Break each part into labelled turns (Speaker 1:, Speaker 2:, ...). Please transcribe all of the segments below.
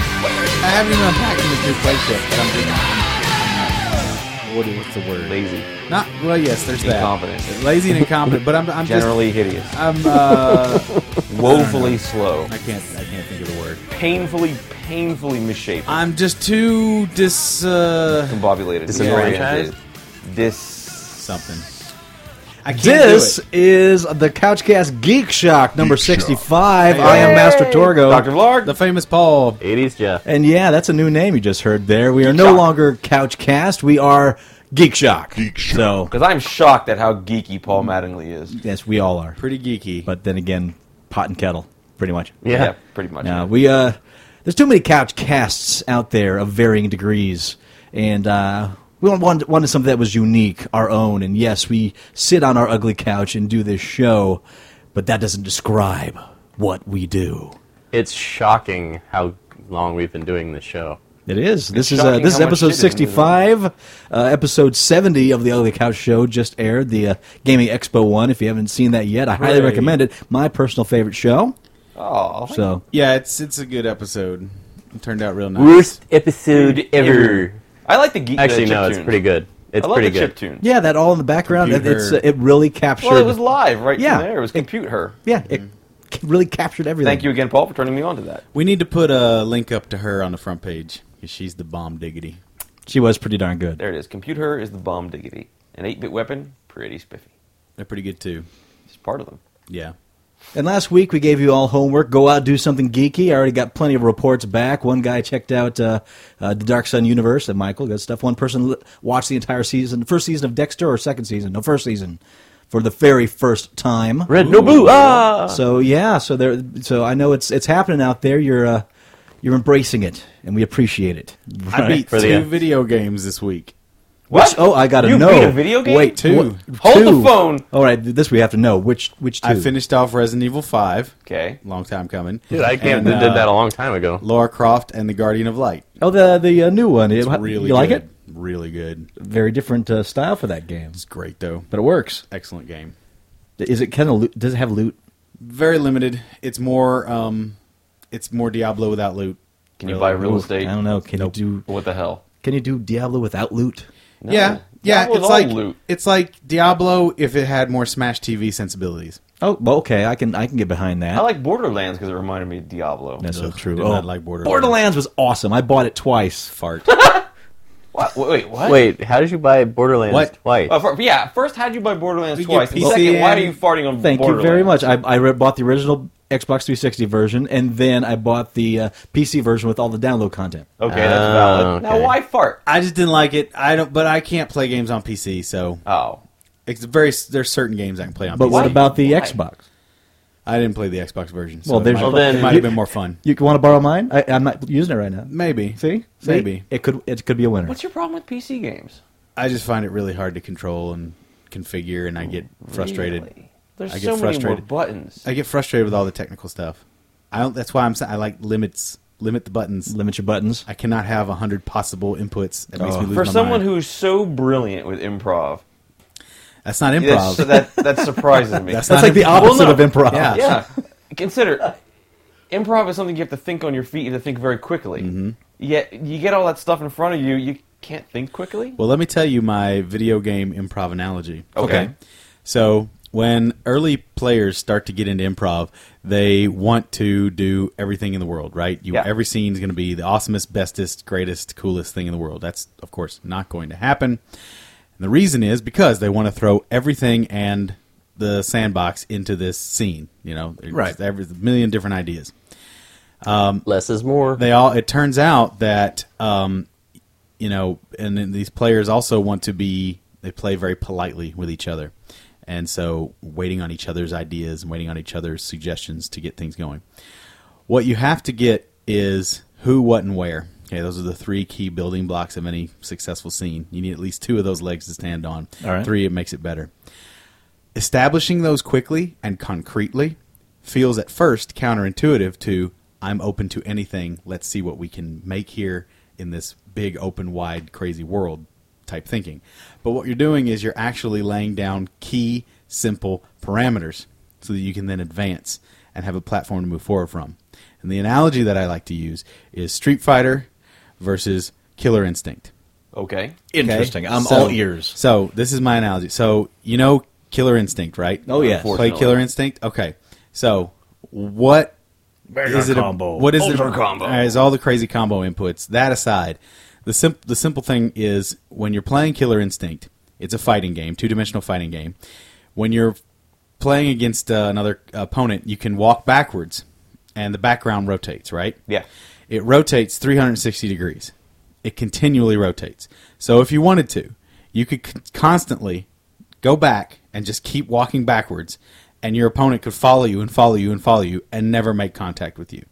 Speaker 1: I haven't even unpacked this new place yet. But I'm just, I'm, what, what's the word?
Speaker 2: lazy,
Speaker 1: Not well. Yes, there's
Speaker 2: Incompetent.
Speaker 1: that. Lazy and incompetent. But I'm, I'm just.
Speaker 2: generally hideous,
Speaker 1: I'm. Uh,
Speaker 2: woefully slow,
Speaker 1: I can't. I can't think of the word.
Speaker 2: painfully, painfully misshapen,
Speaker 1: I'm just too dis. Uh,
Speaker 2: combobulated,
Speaker 3: Disenfranchised?
Speaker 2: dis
Speaker 1: something. I can't
Speaker 3: This
Speaker 1: do it.
Speaker 3: is the Couchcast Geek Shock number
Speaker 4: Geek Shock.
Speaker 3: 65. I am Master Torgo.
Speaker 2: Doctor Vlarg.
Speaker 1: The famous Paul.
Speaker 5: 80s Jeff.
Speaker 3: And yeah, that's a new name you just heard there. We are no
Speaker 2: Shock.
Speaker 3: longer Couchcast. We are Geek Shock.
Speaker 4: Geek Shock.
Speaker 3: So,
Speaker 2: Because I'm shocked at how geeky Paul Mattingly is.
Speaker 3: yes, we all are.
Speaker 1: Pretty geeky.
Speaker 3: But then again, pot and kettle, pretty much.
Speaker 5: Yeah.
Speaker 2: pretty much.
Speaker 3: Yeah, we uh, there's too many couch casts out there of varying degrees, and uh, we wanted, wanted something that was unique, our own. And yes, we sit on our ugly couch and do this show, but that doesn't describe what we do.
Speaker 5: It's shocking how long we've been doing this show.
Speaker 3: It is. This is uh,
Speaker 2: shocking
Speaker 3: this is
Speaker 2: how much
Speaker 3: episode
Speaker 2: shit is in this
Speaker 3: 65, uh, episode 70 of the Ugly Couch Show just aired the uh, Gaming Expo one. If you haven't seen that yet, I highly
Speaker 1: Hooray.
Speaker 3: recommend it. My personal favorite show.
Speaker 2: Oh,
Speaker 3: So
Speaker 1: yeah, it's it's a good episode. It turned out real nice.
Speaker 5: episode ever.
Speaker 2: I like the geek.
Speaker 5: Actually,
Speaker 2: the
Speaker 5: no, it's
Speaker 2: chiptune.
Speaker 5: pretty good. It's
Speaker 2: I love
Speaker 5: pretty
Speaker 2: the
Speaker 5: good.
Speaker 2: chip tune.
Speaker 3: yeah, that all in the background. It,
Speaker 1: Computer.
Speaker 3: it's uh, it really captured.
Speaker 2: Well, it was live right
Speaker 3: Yeah.
Speaker 2: from there. It was compute her.
Speaker 3: Yeah, it c- really captured everything.
Speaker 2: Mm-hmm. Thank you again, Paul, for turning me on to that.
Speaker 1: We need to put a link up to her on the front page because she's the bomb diggity.
Speaker 3: She was pretty darn good.
Speaker 2: There it is. Compute her is the bomb diggity. An 8-bit weapon, pretty spiffy.
Speaker 1: They're pretty good too.
Speaker 2: It's part of them.
Speaker 1: Yeah.
Speaker 3: And last week we gave you all homework: go out, do something geeky. I already got plenty of reports back. One guy checked out uh, uh, the Dark Sun universe, and Michael good stuff. One person l- watched the entire season, first season of Dexter, or second season? No, first season, for the very first time.
Speaker 5: Red Nobu. Ah!
Speaker 3: So yeah, so there. So I know it's it's happening out there. You're uh, you're embracing it, and we appreciate it.
Speaker 1: I beat
Speaker 5: For the
Speaker 1: two
Speaker 5: end.
Speaker 1: video games this week.
Speaker 2: What?
Speaker 3: Oh, I gotta
Speaker 2: you
Speaker 3: know.
Speaker 2: beat a video game?
Speaker 3: Wait,
Speaker 1: Two.
Speaker 3: what-
Speaker 2: Hold the
Speaker 3: two.
Speaker 2: phone.
Speaker 3: All right, th- this we have to know. Which which two?
Speaker 1: I finished off Resident Evil Five.
Speaker 2: Okay.
Speaker 1: Long time coming.
Speaker 5: Dude, I can't.
Speaker 1: And, uh,
Speaker 5: did that a long time ago.
Speaker 1: Laura Croft and the Guardian of Light.
Speaker 3: Oh, the the uh, new one.
Speaker 1: It's
Speaker 3: It-
Speaker 1: really
Speaker 3: you like
Speaker 1: good.
Speaker 3: it?
Speaker 1: Really good.
Speaker 3: Very different uh, style for that game,
Speaker 1: It's great though.
Speaker 3: but it works.
Speaker 1: Excellent game.
Speaker 3: Is it kind of loot? Does it have loot?
Speaker 1: Very limited. It's more um it's more Diablo without loot.
Speaker 2: Can you buy real
Speaker 3: Ooh,
Speaker 2: estate?
Speaker 3: I don't know. Can you do
Speaker 2: What the hell?
Speaker 3: Can you do Diablo without loot?
Speaker 2: No.
Speaker 1: Yeah. Yeah,
Speaker 2: That was
Speaker 1: it's
Speaker 2: all
Speaker 1: like
Speaker 2: loot.
Speaker 1: it's like Diablo if it had more Smash TV sensibilities.
Speaker 3: Oh, well, okay. I can I can get behind that.
Speaker 2: I like Borderlands because it reminded me of Diablo.
Speaker 3: That's so
Speaker 1: Ugh,
Speaker 3: true.
Speaker 1: I did
Speaker 3: oh,
Speaker 1: not like Borderlands.
Speaker 3: Borderlands was awesome. I bought it twice.
Speaker 1: Fart.
Speaker 2: What? Wait, what?
Speaker 5: Wait, how did you buy Borderlands
Speaker 1: What?
Speaker 5: twice?
Speaker 2: Uh, fir- yeah, first, how'd you buy Borderlands
Speaker 1: We get
Speaker 2: twice? And
Speaker 1: PC
Speaker 2: second, why are
Speaker 1: and-
Speaker 2: you farting on
Speaker 3: Thank you
Speaker 2: Borderlands?
Speaker 3: very much. I I re- bought the original Xbox 360 version, and then I bought the uh, PC version with all the download content.
Speaker 2: Okay, that's
Speaker 5: Oh,
Speaker 2: valid.
Speaker 3: Ah,
Speaker 2: Now,
Speaker 5: okay.
Speaker 2: why fart?
Speaker 1: I just didn't like it. I don't, but I can't play games on PC, so
Speaker 2: Oh.
Speaker 1: it's very. There's certain games I can play on.
Speaker 3: But
Speaker 1: PC.
Speaker 3: what about the
Speaker 2: Why?
Speaker 3: Xbox?
Speaker 1: I didn't play the Xbox version. So
Speaker 3: Well,
Speaker 1: it
Speaker 3: there's-
Speaker 1: might,
Speaker 3: Well,
Speaker 5: then-
Speaker 1: it might have been more fun.
Speaker 3: You want to borrow mine? I, I'm not using it right now.
Speaker 1: Maybe.
Speaker 3: See, See?
Speaker 1: Maybe.
Speaker 3: it could it could be a winner.
Speaker 2: What's your problem with PC games?
Speaker 1: I just find it really hard to control and configure, and I get frustrated.
Speaker 2: Really? There's
Speaker 1: I get
Speaker 2: so many more
Speaker 1: frustrated.
Speaker 2: buttons.
Speaker 1: I get frustrated with all the technical stuff. I don't. That's why I'm. saying I like limits. Limit the buttons.
Speaker 3: Limit your buttons.
Speaker 1: I cannot have a hundred possible inputs. That makes
Speaker 3: Oh.
Speaker 1: me lose
Speaker 2: For
Speaker 1: my
Speaker 2: someone
Speaker 1: mind.
Speaker 2: who's so brilliant with improv,
Speaker 1: that's not improv.
Speaker 2: that's- that that surprises me.
Speaker 1: That's
Speaker 3: That's like the
Speaker 1: Well,
Speaker 3: opposite
Speaker 2: no.
Speaker 3: of improv.
Speaker 1: Yeah.
Speaker 2: yeah. Consider improv is something you have to think on your feet. You have to think very quickly.
Speaker 1: Mm-hmm.
Speaker 2: Yet you get all that stuff in front of you. You can't think quickly.
Speaker 1: Well, let me tell you my video game improv analogy.
Speaker 2: Okay.
Speaker 1: So, when early players start to get into improv, they want to do everything in the world, right? You,
Speaker 2: Yeah.
Speaker 1: Every scene is going to be the awesomest, bestest, greatest, coolest thing in the world. That's, of course, not going to happen. And the reason is because they want to throw everything and the sandbox into this scene. You know, There's
Speaker 3: Right.
Speaker 1: Every, a million different ideas
Speaker 5: Less is more.
Speaker 1: they all it turns out that um you know and then these players also want to be they play very politely with each other and so waiting on each other's ideas and waiting on each other's suggestions to get things going what you have to get is who what and where okay those are the three key building blocks of any successful scene you need at least two of those legs to stand on
Speaker 3: All right.
Speaker 1: three it makes it better establishing those quickly and concretely feels at first counterintuitive to I'm open to anything. Let's see what we can make here in this big, open, wide, crazy world type thinking. But what you're doing is you're actually laying down key, simple parameters so that you can then advance and have a platform to move forward from. And the analogy that I like to use is Street Fighter versus Killer Instinct.
Speaker 2: Okay.
Speaker 3: Interesting. I'm
Speaker 1: So-
Speaker 3: all ears.
Speaker 1: So this is my analogy. So you know Killer Instinct, right?
Speaker 3: Oh, yes.
Speaker 1: Play Killer Instinct. Okay. So what is it? a-
Speaker 3: combo.
Speaker 1: What is
Speaker 3: Ultra
Speaker 1: it?
Speaker 3: combo.
Speaker 1: All right, it's all the crazy combo inputs. That aside, the simp- the simple thing is when you're playing Killer Instinct, it's a fighting game, two dimensional fighting game. When you're playing against uh, another opponent, you can walk backwards, and the background rotates. Right?
Speaker 2: Yeah.
Speaker 1: It rotates 360 degrees. It continually rotates. So if you wanted to, you could c- constantly go back and just keep walking backwards, and your opponent could follow you and follow you and follow you and never make contact with you.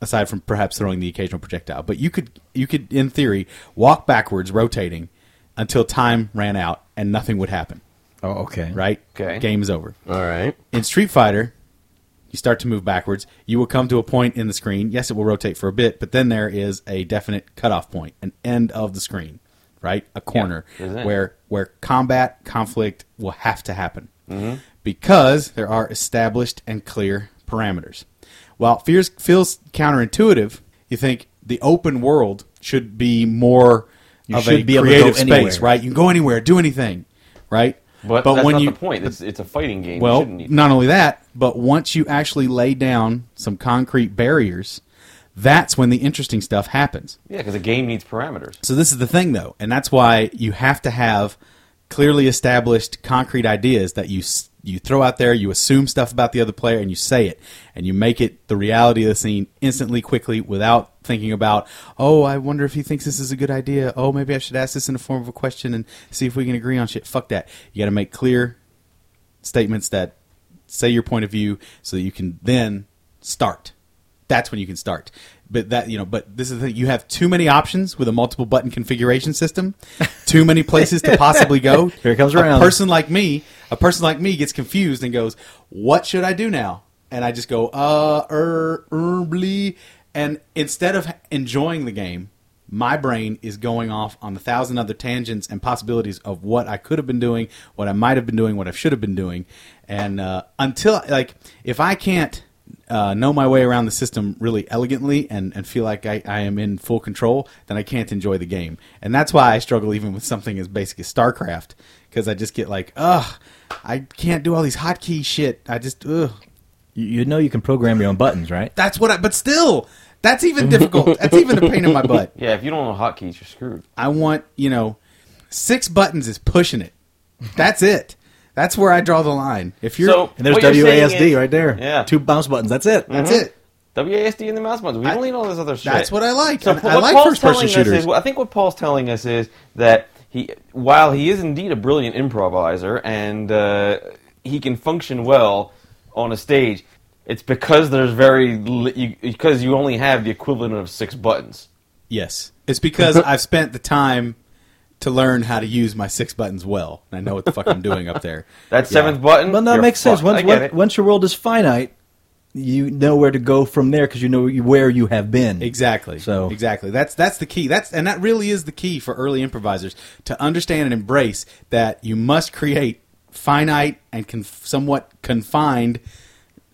Speaker 1: Aside from perhaps throwing the occasional projectile, but you could you could in theory walk backwards, rotating until time ran out and nothing would happen.
Speaker 3: Oh, okay.
Speaker 1: Right?
Speaker 2: Okay.
Speaker 1: Game's over
Speaker 5: All right.
Speaker 1: in Street Fighter, you start to move backwards. You will come to a point in the screen. Yes, it will rotate for a bit, but then there is a definite cutoff point, an end of the screen, right? A corner
Speaker 2: there's an
Speaker 1: where where combat conflict will have to happen because there are established and clear parameters. While it fears feels counterintuitive, you think the open world should be more
Speaker 3: You
Speaker 1: of a
Speaker 3: should be able to go
Speaker 1: creative space,
Speaker 3: anywhere.
Speaker 1: right? You can go anywhere, do anything, right?
Speaker 2: But, that's not the point. It's, it's a fighting game. You
Speaker 1: Well,
Speaker 2: shouldn't need-
Speaker 1: not only that, but once you actually lay down some concrete barriers, that's when the interesting stuff happens.
Speaker 2: yeah, because a game needs parameters.
Speaker 1: So this is the thing, though, and that's why you have to have clearly established, concrete ideas that you s- you throw out there. You assume stuff about the other player, and you say it, and you make it the reality of the scene instantly, quickly, without thinking about, oh, I wonder if he thinks this is a good idea. Oh, maybe I should ask this in the form of a question and see if we can agree on shit. Fuck that. You got to make clear statements that say your point of view so that you can then start that's when you can start but that you know but this is the thing you have too many options with a multiple button configuration system too many places to possibly go
Speaker 3: Here it comes
Speaker 1: a
Speaker 3: around.
Speaker 1: person like me a person like me gets confused and goes what should i do now and i just go uh er, er blee. and instead of enjoying the game my brain is going off on a thousand other tangents and possibilities of what I could have been doing, what I might have been doing, what I should have been doing, and uh, until like if I can't uh, know my way around the system really elegantly and, and feel like I, I am in full control, then I can't enjoy the game, and that's why I struggle even with something as basic as StarCraft because I just get like, ugh, I can't do all these hotkey shit. I just ugh,
Speaker 3: You, you know you can program your own buttons, right?
Speaker 1: that's what I. But still, that's even difficult. that's even a pain in my butt.
Speaker 2: Yeah, if you don't know hotkeys, you're screwed.
Speaker 1: I want, you know, six buttons is pushing it. That's it. That's where I draw the line. If Oh, you're
Speaker 2: So-
Speaker 3: And there's
Speaker 2: What you're saying
Speaker 3: WASD
Speaker 2: is-
Speaker 3: right there.
Speaker 2: Yeah.
Speaker 3: Two mouse buttons. That's it.
Speaker 1: that's it.
Speaker 2: WASD and the mouse buttons. We don't need all this other uh-huh. shit.
Speaker 1: That's what I like.
Speaker 2: So
Speaker 1: And
Speaker 2: what
Speaker 1: I like
Speaker 2: Paul's
Speaker 1: first-person
Speaker 2: telling us
Speaker 1: shooters.
Speaker 2: is- I think what Paul's telling us is that he, while he is indeed a brilliant improviser and uh, he can function well on a stage, it's because there's very li- you, because you only have the equivalent of six buttons.
Speaker 1: Yes. It's because I've spent the time to learn how to use my six buttons well. And I know what the fuck I'm doing up there.
Speaker 2: That
Speaker 1: Yeah.
Speaker 2: seventh button.
Speaker 3: Well, that
Speaker 2: you're
Speaker 3: makes sense.
Speaker 2: fucked. I
Speaker 3: Once,
Speaker 2: get
Speaker 3: once,
Speaker 2: it.
Speaker 3: once your world is finite, you know where to go from there because you know you- where you have been.
Speaker 1: Exactly.
Speaker 3: So-
Speaker 1: exactly. That's that's the key. That's and that really is the key for early improvisers to understand and embrace that you must create finite and conf- somewhat confined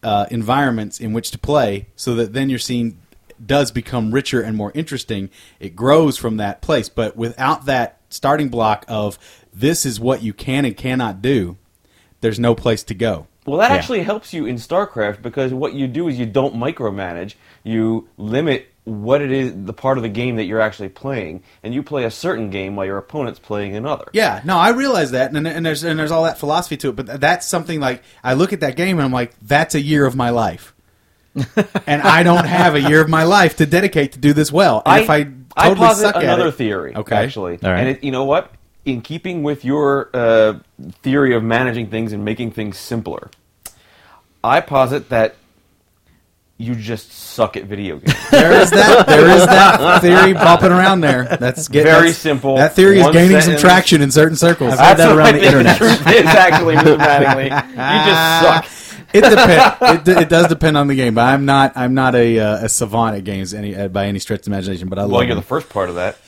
Speaker 1: uh, environments in which to play, so that then your scene does become richer and more interesting. It grows from that place, but without that starting block of this is what you can and cannot do, there's no place to go.
Speaker 2: Well, that
Speaker 3: Yeah.
Speaker 2: actually helps you in StarCraft because what you do is you don't micromanage. You limit what it is, the part of the game that you're actually playing, and you play a certain game while your opponent's playing another.
Speaker 1: Yeah, no, I realize that, and, and there's and there's all that philosophy to it, but th- that's something like I look at that game and I'm like, that's a year of my life, and I don't have a year of my life to dedicate to do this well. And if I totally
Speaker 2: I posit
Speaker 1: suck
Speaker 2: another
Speaker 1: at it,
Speaker 2: theory,
Speaker 1: Okay.
Speaker 2: actually,
Speaker 3: All right.
Speaker 2: and it, you know what? In keeping with your uh, theory of managing things and making things simpler, I posit that you just suck at video games.
Speaker 1: there is that there is that theory bopping around there. That's get,
Speaker 2: Very
Speaker 1: that's-
Speaker 2: simple.
Speaker 1: That theory is
Speaker 2: One
Speaker 1: gaining
Speaker 2: sentence.
Speaker 1: some traction in certain circles.
Speaker 3: I've- Spread that
Speaker 2: what
Speaker 3: around
Speaker 2: I
Speaker 3: the
Speaker 2: think
Speaker 3: internet.
Speaker 2: truth is actually, mathematically, you just suck.
Speaker 1: It depends. it, it does depend on the game, but I'm not. I'm not a, uh, a savant at games any uh, by any stretch of the imagination. But I
Speaker 2: Well,
Speaker 1: love.
Speaker 2: you're the
Speaker 1: them.
Speaker 2: first part of that.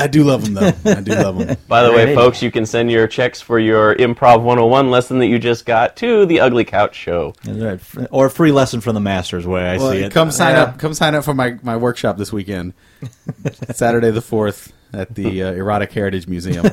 Speaker 1: I do love them though. I do love them.
Speaker 5: By the way,
Speaker 2: Right.
Speaker 5: folks, you can send your checks for your Improv 101 lesson that you just got to the Ugly Couch Show.
Speaker 3: That's right. Fr- Or free lesson from the masters, where I
Speaker 1: Well,
Speaker 3: see it.
Speaker 1: come sign
Speaker 2: Yeah.
Speaker 1: up. Come sign up for my, my workshop this weekend, Saturday the fourth at the uh, Erotic Heritage Museum.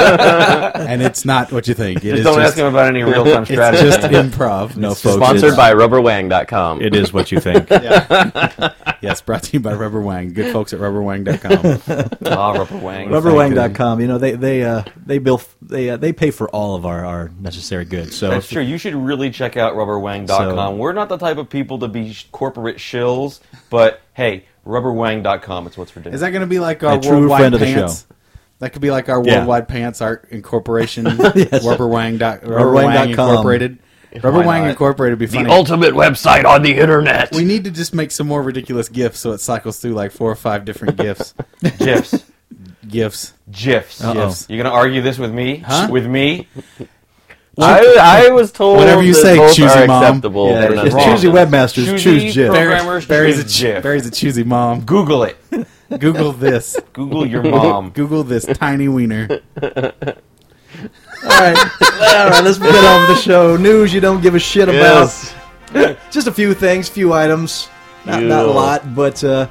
Speaker 1: and it's not what you think. It
Speaker 2: Just
Speaker 1: is
Speaker 2: don't
Speaker 1: just,
Speaker 2: ask him about any real time
Speaker 1: It's
Speaker 2: strategy.
Speaker 1: just improv. No,
Speaker 3: It's
Speaker 1: folks.
Speaker 5: Sponsored
Speaker 1: it's-
Speaker 5: by rubberwang.com.
Speaker 3: it is what you think.
Speaker 1: Yes, brought to you by Rubber Wang. Good folks at rubberwang.com.
Speaker 2: Ah, Rubber Wang.
Speaker 3: Rubberwang.com. You know they they uh, they bill they uh, they pay for all of our, our necessary goods. So
Speaker 2: That's
Speaker 3: if you-
Speaker 2: true. You should really check out rubberwang.com.
Speaker 3: So-
Speaker 2: We're not the type of people to be sh- corporate shills, but hey, rubberwang.com it's what's for dinner.
Speaker 1: Is that going to be like our
Speaker 3: A true
Speaker 1: worldwide
Speaker 3: friend of the
Speaker 1: pants?
Speaker 3: show.
Speaker 1: That could be like our
Speaker 3: Yeah.
Speaker 1: worldwide pants art incorporation. Rubberwang. dot- Rubberwang
Speaker 3: Rubberwang.com.
Speaker 1: incorporated. Rubberwang
Speaker 5: not?
Speaker 1: incorporated would be funny.
Speaker 5: ultimate website on the internet.
Speaker 1: we need to just make some more ridiculous gifs so it cycles through like four or five different gifs.
Speaker 2: GIFs.
Speaker 1: gifs.
Speaker 2: GIFs.
Speaker 3: Uh-oh.
Speaker 2: GIFs. You're going to argue this with me?
Speaker 1: Huh?
Speaker 2: With me?
Speaker 5: I, I was told
Speaker 1: Whatever you
Speaker 5: that
Speaker 1: say,
Speaker 5: both
Speaker 1: choosy
Speaker 5: are
Speaker 1: mom.
Speaker 5: acceptable.
Speaker 3: Yeah,
Speaker 5: but
Speaker 3: it's
Speaker 5: not
Speaker 3: choosy
Speaker 5: wrong.
Speaker 3: webmasters. choose Jib.
Speaker 2: pro- Programmers
Speaker 1: Barry's a
Speaker 2: choose GIF.
Speaker 1: Barry's a choosy mom.
Speaker 2: Google it.
Speaker 1: Google this.
Speaker 2: Google your mom.
Speaker 1: Google this tiny wiener.
Speaker 3: all right, all right. Let's get on with the show. News you don't give a shit about.
Speaker 5: Yes.
Speaker 3: just a few things, few items, not, not a
Speaker 5: Few.
Speaker 3: lot, but uh,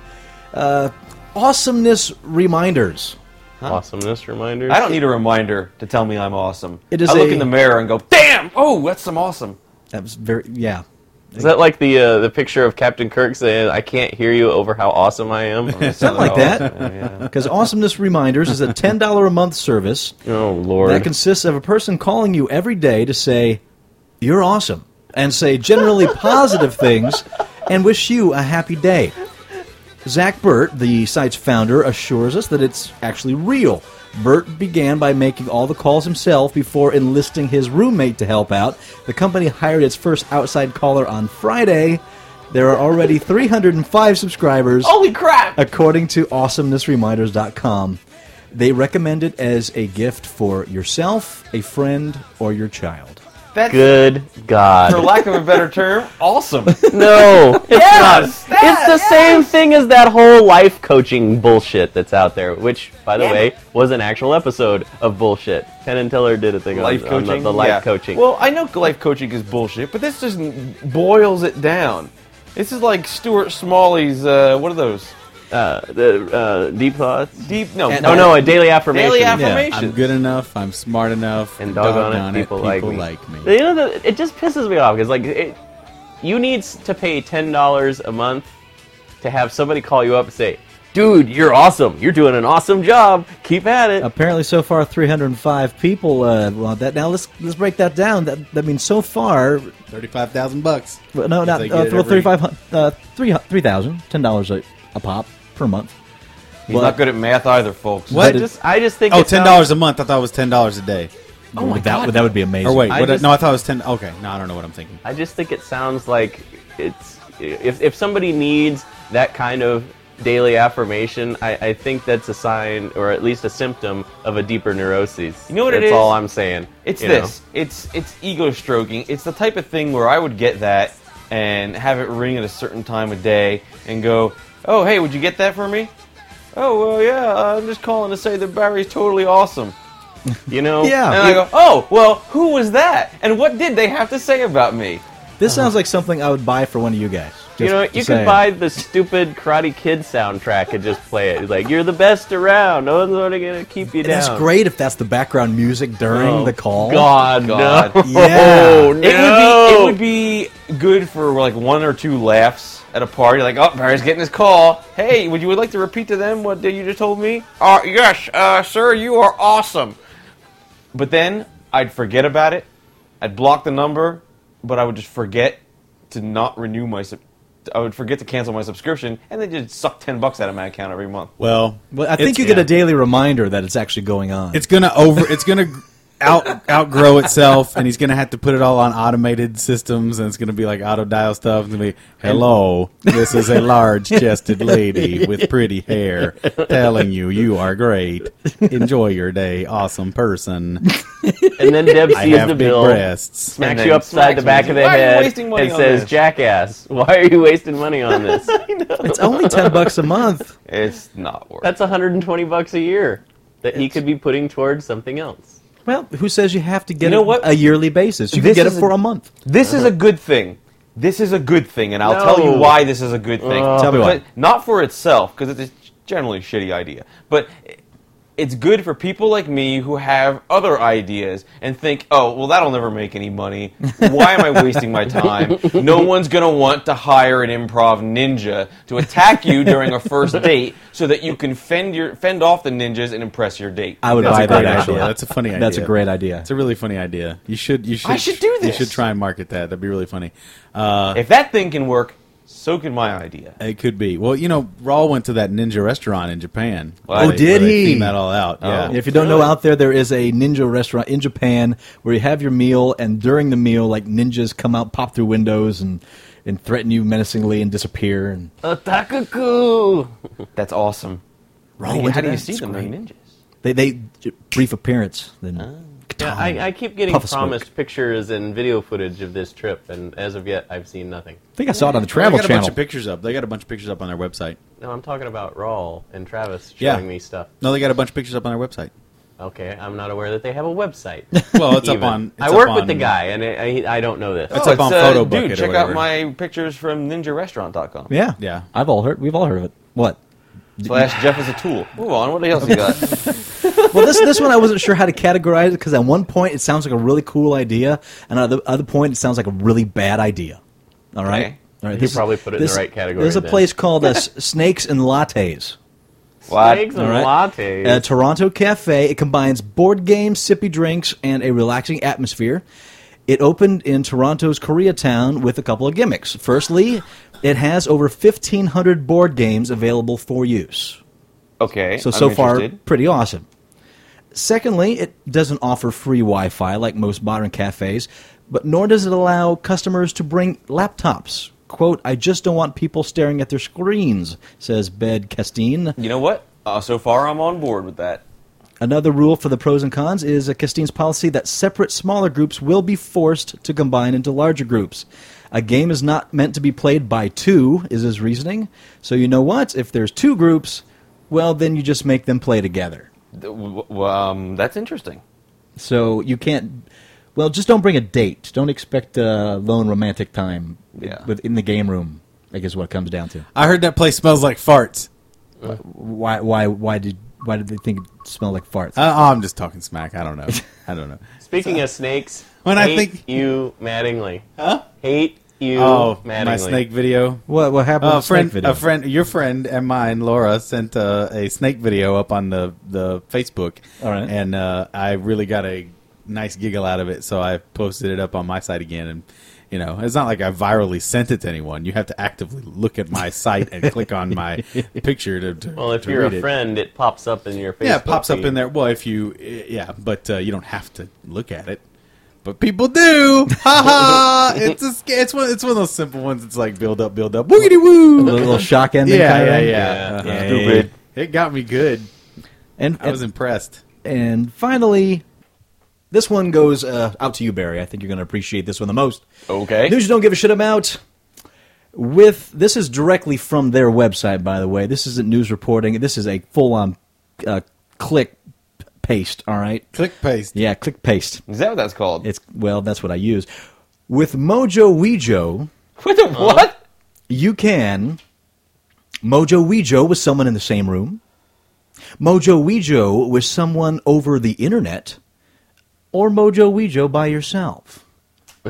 Speaker 3: uh, awesomeness reminders.
Speaker 5: Awesomeness reminder.
Speaker 2: I don't need a reminder to tell me I'm awesome.
Speaker 3: It is
Speaker 2: I look
Speaker 3: a-
Speaker 2: in the mirror and go, "Damn! Oh, that's some awesome."
Speaker 3: That was very yeah.
Speaker 5: Is that like the uh, the picture of Captain Kirk saying, "I can't hear you over how awesome I am"? Oh,
Speaker 3: Something like that.
Speaker 2: Yeah.
Speaker 3: Because awesomeness reminders is a ten dollar a month service
Speaker 5: oh Lord.
Speaker 3: that consists of a person calling you every day to say you're awesome and say generally positive things and wish you a happy day. Zach Burt, the site's founder, assures us that it's actually real. Burt began by making all the calls himself before enlisting his roommate to help out. The company hired its first outside caller on Friday. There are already 305 subscribers.
Speaker 5: Oh,
Speaker 2: Holy crap!
Speaker 3: According to awesomenessreminders.com, they recommend it as a gift for yourself, a friend, or your child.
Speaker 2: That's
Speaker 5: Good
Speaker 2: for
Speaker 5: God.
Speaker 2: lack of a better term, awesome.
Speaker 5: no, it's not.
Speaker 2: Yes,
Speaker 5: it's the same thing as that whole life coaching bullshit that's out there, which, by the
Speaker 2: Yeah.
Speaker 5: way, was an actual episode of bullshit. Penn and Teller did a thing on-
Speaker 2: life
Speaker 5: on,
Speaker 2: coaching.
Speaker 5: the, the life
Speaker 2: Yeah.
Speaker 5: coaching.
Speaker 2: Well, I know life coaching is bullshit, but this just n- boils it down. This is like Stuart Smalley's. Uh, what are those?
Speaker 5: uh, the uh, deep thoughts.
Speaker 2: Deep? No.
Speaker 3: And-
Speaker 5: Oh no, a daily affirmation.
Speaker 2: Daily
Speaker 1: I'm
Speaker 2: affirmations.
Speaker 1: good enough. I'm smart enough.
Speaker 5: And doggone
Speaker 1: doggone
Speaker 5: it, people, like me.
Speaker 1: me.
Speaker 5: You know, the, it just pisses me off because like it, you need s- to pay ten dollars a month to have somebody call you up and say, "Dude, you're awesome. You're doing an awesome job. Keep at it."
Speaker 3: Apparently, so far, 305 people uh, want that. Now, let's let's break that down. That, that means so far,
Speaker 1: Thirty-five thousand bucks.
Speaker 3: well, no,
Speaker 1: If
Speaker 3: not
Speaker 1: they
Speaker 3: uh,
Speaker 1: get it
Speaker 3: well,
Speaker 1: every-
Speaker 3: 3,500, uh, three hu- 3,000, $10 a, a pop per month.
Speaker 2: He's not good at math either, folks.
Speaker 1: What?
Speaker 5: I just, I just think
Speaker 1: Oh,
Speaker 5: it's
Speaker 1: ten dollars a month. I thought it was ten dollars a day.
Speaker 3: Oh my that, God. That would be amazing.
Speaker 1: Or wait,
Speaker 5: I
Speaker 1: what,
Speaker 5: just-
Speaker 1: no, I thought it was ten. Okay, no, I don't know what I'm thinking.
Speaker 5: I just think it sounds like it's if if somebody needs that kind of daily affirmation, I, I think that's a sign or at least a symptom of a deeper neuroses.
Speaker 2: You know what it
Speaker 5: that's
Speaker 2: is?
Speaker 5: all I'm saying.
Speaker 2: It's
Speaker 5: you know?
Speaker 2: this. It's it's ego stroking. It's the type of thing where I would get that and have it ring at a certain time of day and go, "Oh, hey, would you get that for me?" Oh well, yeah. uh, I'm just calling to say that Barry's totally awesome.
Speaker 5: You know.
Speaker 3: Yeah.
Speaker 2: And I go, "Oh well, who was that? And what did they have to say about me?"
Speaker 3: This sounds like something I would buy for one of you guys.
Speaker 5: Uh-huh. You
Speaker 3: Just
Speaker 5: know, you
Speaker 3: saying.
Speaker 5: could buy the stupid Karate Kid soundtrack and just play it. It's like you're the best around. No one's ever gonna keep you
Speaker 3: And
Speaker 5: down.
Speaker 3: That's great if that's the background music during
Speaker 5: Oh,
Speaker 3: the call.
Speaker 5: God,
Speaker 2: God.
Speaker 5: no.
Speaker 3: Yeah.
Speaker 5: Oh, no.
Speaker 2: It would be it would be good for like one or two laughs at a party. Like, oh, Barry's getting his call. Hey, would you would like to repeat to them what you just told me? Uh, yes, uh, sir, you are awesome. But then I'd forget about it. I'd block the number, but I would just forget to not renew my. Sub- I would forget to cancel my subscription, and they just suck ten bucks out of my account every month.
Speaker 1: Well,
Speaker 3: Well, I think
Speaker 1: it's-
Speaker 3: you get
Speaker 1: yeah.
Speaker 3: a daily reminder that it's actually going on.
Speaker 1: It's gonna over. It's gonna out outgrow itself, and he's going to have to put it all on automated systems, and it's going to be like auto dial stuff. It's going to be, "Hello, this is a large chested lady with pretty hair, telling you you are great. Enjoy your day, awesome person.
Speaker 5: And then Deb
Speaker 1: I
Speaker 5: sees
Speaker 1: have
Speaker 5: the
Speaker 1: big
Speaker 5: bill,
Speaker 1: breasts."
Speaker 5: smacks
Speaker 2: And
Speaker 5: you
Speaker 2: then
Speaker 5: upside the
Speaker 2: smacks
Speaker 5: back
Speaker 2: me.
Speaker 5: of the
Speaker 2: Why are you
Speaker 5: head,
Speaker 2: wasting money
Speaker 5: and
Speaker 2: on
Speaker 5: says,
Speaker 2: this?
Speaker 5: "Jackass, why are you wasting money on this?
Speaker 3: It's only ten bucks a month.
Speaker 2: It's not worth.
Speaker 5: That's 120 bucks a year that he could be putting towards something else."
Speaker 3: Well, who says you have to get
Speaker 2: You know
Speaker 3: it
Speaker 2: what?
Speaker 3: a yearly basis? You
Speaker 2: This
Speaker 3: can get
Speaker 2: is
Speaker 3: it for
Speaker 2: a-
Speaker 3: a, month.
Speaker 2: This
Speaker 3: Uh-huh.
Speaker 2: is a good thing. This is a good thing, and I'll
Speaker 5: No.
Speaker 2: tell you why this is a good thing.
Speaker 5: Ugh.
Speaker 3: Uh, Tell me why.
Speaker 2: But Not for itself, because it's a generally shitty idea, but it's good for people like me who have other ideas and think, oh, well, that'll never make any money. Why am I wasting my time? No one's going to want to hire an improv ninja to attack you during a first date so that you can fend, your, fend off the ninjas and impress your date.
Speaker 3: I would
Speaker 1: That's
Speaker 3: buy
Speaker 1: a great
Speaker 3: that.
Speaker 1: idea.
Speaker 3: Actually,
Speaker 1: That's a funny idea.
Speaker 3: That's a great idea.
Speaker 1: It's a really funny idea. You should. You should.
Speaker 2: I should do
Speaker 1: You
Speaker 2: this.
Speaker 1: should try and market that. That'd be really funny. Uh,
Speaker 2: If that thing can work, so can my idea.
Speaker 1: It could be. Well, you know, Raw went to that ninja restaurant in Japan. Where
Speaker 2: Oh,
Speaker 1: they-
Speaker 3: did
Speaker 1: where they
Speaker 3: he?
Speaker 1: Theme that all out. Yeah.
Speaker 2: Oh.
Speaker 3: If you don't know
Speaker 2: Really?
Speaker 3: out there, there is a ninja restaurant in Japan where you have your meal, and during the meal, like ninjas come out, pop through windows, and and threaten you menacingly and disappear. And
Speaker 5: Otaku.
Speaker 2: That's awesome.
Speaker 3: Roll
Speaker 2: Hey,
Speaker 3: into
Speaker 2: how do you
Speaker 3: that.
Speaker 2: see
Speaker 3: It's
Speaker 2: them? They're
Speaker 3: great.
Speaker 2: ninjas.
Speaker 3: They they brief appearance. Then
Speaker 5: Yeah, I, I keep getting
Speaker 3: Puff of smoke.
Speaker 5: promised pictures and video footage of this trip, and as of yet, I've seen nothing.
Speaker 3: I think I saw it on the
Speaker 1: Well, they
Speaker 3: Travel
Speaker 1: got a bunch
Speaker 3: Channel.
Speaker 1: of pictures up. They got a bunch of pictures up on their website.
Speaker 5: No, I'm talking about Rawl and Travis
Speaker 1: Yeah.
Speaker 5: showing me stuff.
Speaker 1: No, they got a bunch of pictures up on their website.
Speaker 5: Okay, I'm not aware that they have a website.
Speaker 1: Well, it's up
Speaker 5: even.
Speaker 1: on. It's
Speaker 5: I work
Speaker 1: up
Speaker 5: with
Speaker 1: on-
Speaker 5: the guy, and I, I, I don't know this.
Speaker 1: It's up on Photo Bucket or
Speaker 2: Oh, uh, Dude, check
Speaker 1: whatever.
Speaker 2: out my pictures from ninjarestaurant.com.
Speaker 3: yeah,
Speaker 1: Yeah.
Speaker 3: I've all heard. We've all heard of it. What?
Speaker 2: Slash Jeff is a tool. Move on. What else you got?
Speaker 3: well, this this one I wasn't sure how to categorize it because at one point it sounds like a really cool idea, and at the other point it sounds like a really bad idea. All right,
Speaker 2: Okay.
Speaker 3: all right.
Speaker 5: You probably put it in the right category
Speaker 3: There's a
Speaker 5: then.
Speaker 3: place called uh, S- Snakes and Lattes.
Speaker 2: What?
Speaker 5: Eggs and
Speaker 3: All right.
Speaker 5: lattes.
Speaker 3: A Toronto cafe. It combines board games, sippy drinks, and a relaxing atmosphere. It opened in Toronto's Koreatown with a couple of gimmicks. Firstly, it has over 1,500 board games available for use.
Speaker 2: Okay.
Speaker 3: So
Speaker 2: I'm
Speaker 3: so far,
Speaker 2: interested.
Speaker 3: pretty awesome. Secondly, it doesn't offer free Wi-Fi like most modern cafes, but nor does it allow customers to bring laptops. "Quote: I just don't want people staring at their screens," says Bed Castine.
Speaker 2: You know what? Uh, so far, I'm on board with that.
Speaker 3: Another rule for the pros and cons is uh, Castine's policy that separate smaller groups will be forced to combine into larger groups. A game is not meant to be played by two, is his reasoning. So you know what? If there's two groups, well, then you just make them play together.
Speaker 2: Th- w- w- Um, that's interesting.
Speaker 3: So you can't. Well, just don't bring a date. Don't expect a lone romantic time
Speaker 2: Yeah.
Speaker 3: within the game room. I guess what it comes down to.
Speaker 1: I heard that place smells like farts. Uh,
Speaker 3: Why? Why? Why did? Why did they think it smelled like farts?
Speaker 1: Uh, oh, I'm just talking smack. I don't know. I don't know.
Speaker 5: Speaking of snakes,
Speaker 1: When I
Speaker 5: hate
Speaker 1: think-
Speaker 5: you, Mattingly. Huh? Hate you,
Speaker 1: Oh,
Speaker 5: Mattingly.
Speaker 1: my snake video.
Speaker 3: what? What happened?
Speaker 1: Uh,
Speaker 3: with
Speaker 1: a
Speaker 3: the
Speaker 1: friend,
Speaker 3: snake video?
Speaker 1: a friend, your friend and mine, Laura, sent uh, a snake video up on the the Facebook.
Speaker 3: All right.
Speaker 1: and uh, I really got a nice giggle out of it, so I posted it up on my site again. And you know, it's not like I virally sent it to anyone. You have to actively look at my site and click on my picture to. to
Speaker 5: Well, if
Speaker 1: to
Speaker 5: you're
Speaker 1: read
Speaker 5: a
Speaker 1: it.
Speaker 5: friend, it. pops up in your Facebook.
Speaker 1: yeah, it pops up
Speaker 5: feed.
Speaker 1: in there. Well, if you, yeah, but uh, you don't have to look at it. But people do. Ha ha! It's a, sca- it's one it's one of those simple ones. It's like build up, build up, woogity
Speaker 3: a
Speaker 1: woo.
Speaker 3: little, little shock ending.
Speaker 1: Yeah,
Speaker 3: kind
Speaker 1: yeah,
Speaker 3: of thing?
Speaker 1: yeah.
Speaker 2: Yeah,
Speaker 1: Uh-huh.
Speaker 2: stupid.
Speaker 1: It got me good.
Speaker 3: And
Speaker 1: I was impressed.
Speaker 3: and finally, this one goes uh, out to you, Barry. I think you're going to appreciate this one the most.
Speaker 2: Okay.
Speaker 3: News you don't give a shit about. With this is directly from their website, by the way. This isn't news reporting. This is a full-on uh, click paste. All right.
Speaker 1: Click paste.
Speaker 3: Yeah, click paste.
Speaker 2: Is that what that's called?
Speaker 3: It's well, that's what I use. With Mojo Wejo,
Speaker 2: What? the- what?
Speaker 3: you can Mojo Wejo with someone in the same room, Mojo Wejo with someone over the internet, or Mojo Wejo by yourself.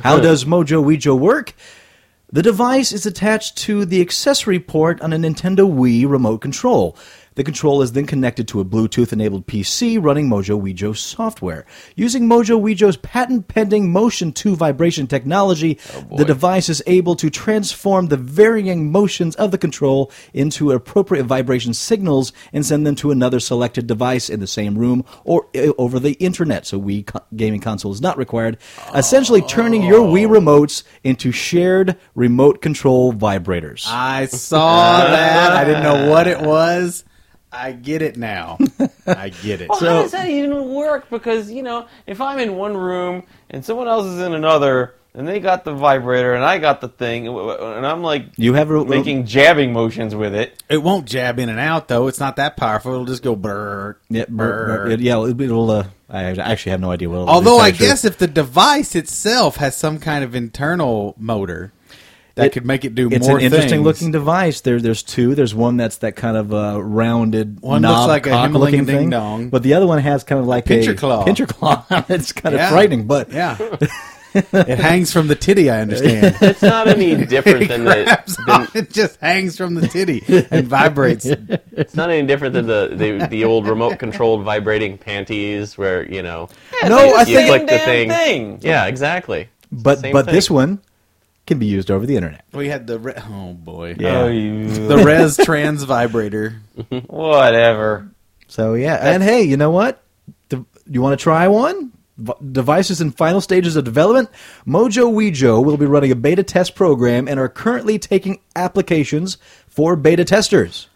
Speaker 3: How does Mojo Wejo work? The device is attached to the accessory port on a Nintendo Wii remote control. The control is then connected to a Bluetooth enabled PC running Mojo Wejo software. Using Mojo Wejo's patent pending motion to vibration technology, the device is able to transform the varying motions of the control into appropriate vibration signals and send them to another selected device in the same room or uh, over the internet. So Wii co- gaming console is not required, essentially turning your Wii
Speaker 1: Oh.
Speaker 3: remotes into shared remote control vibrators.
Speaker 1: I saw that. I didn't know what it was. I get it now. I get it.
Speaker 2: Well, how does that even work? Because you know, if I'm in one room and someone else is in another, and they got the vibrator and I got the thing, and w- w- and I'm like
Speaker 3: You have a-
Speaker 2: making jabbing motions with it.
Speaker 1: It won't jab in and out though. It's not that powerful. It'll just go brrr.
Speaker 3: Yeah, bur- bur- yeah, it'll- it'll. Uh, I actually have no idea what. it'll
Speaker 1: Although
Speaker 3: do, to
Speaker 1: I
Speaker 3: tell you the
Speaker 1: guess if the device itself has some kind of internal motor that
Speaker 3: It-
Speaker 1: could make it do
Speaker 3: truth. it's
Speaker 1: more
Speaker 3: an interesting
Speaker 1: things.
Speaker 3: looking device. There, there's two. There's one that's that kind of uh, rounded,
Speaker 1: One looks
Speaker 3: knob,
Speaker 1: like a
Speaker 3: cock looking
Speaker 1: Himalayan ding
Speaker 3: thing,
Speaker 1: dong.
Speaker 3: but the other one has kind of like
Speaker 1: pincher
Speaker 3: a
Speaker 1: claw.
Speaker 3: Pincher claw. it's kind
Speaker 1: Yeah.
Speaker 3: of frightening, but
Speaker 1: Yeah. it hangs from the titty, I understand.
Speaker 5: It's not any different than
Speaker 1: Grabs
Speaker 5: the than,
Speaker 1: on, it just hangs from the titty and vibrates.
Speaker 5: it's not any different than the the, the old remote controlled vibrating panties where you know
Speaker 3: no, I
Speaker 5: you
Speaker 3: think,
Speaker 5: click the
Speaker 2: damn
Speaker 5: thing.
Speaker 2: thing.
Speaker 5: Yeah, exactly.
Speaker 3: but
Speaker 5: Same
Speaker 3: but
Speaker 5: thing.
Speaker 3: this one can be used over the internet.
Speaker 1: We had the re- oh boy,
Speaker 3: Yeah.
Speaker 2: Oh, you-
Speaker 1: the Res Trans vibrator.
Speaker 2: whatever.
Speaker 3: So yeah, and hey, you know what? De- you want to try one? V- devices in final stages of development. Mojo Wejo will be running a beta test program and are currently taking applications for beta testers.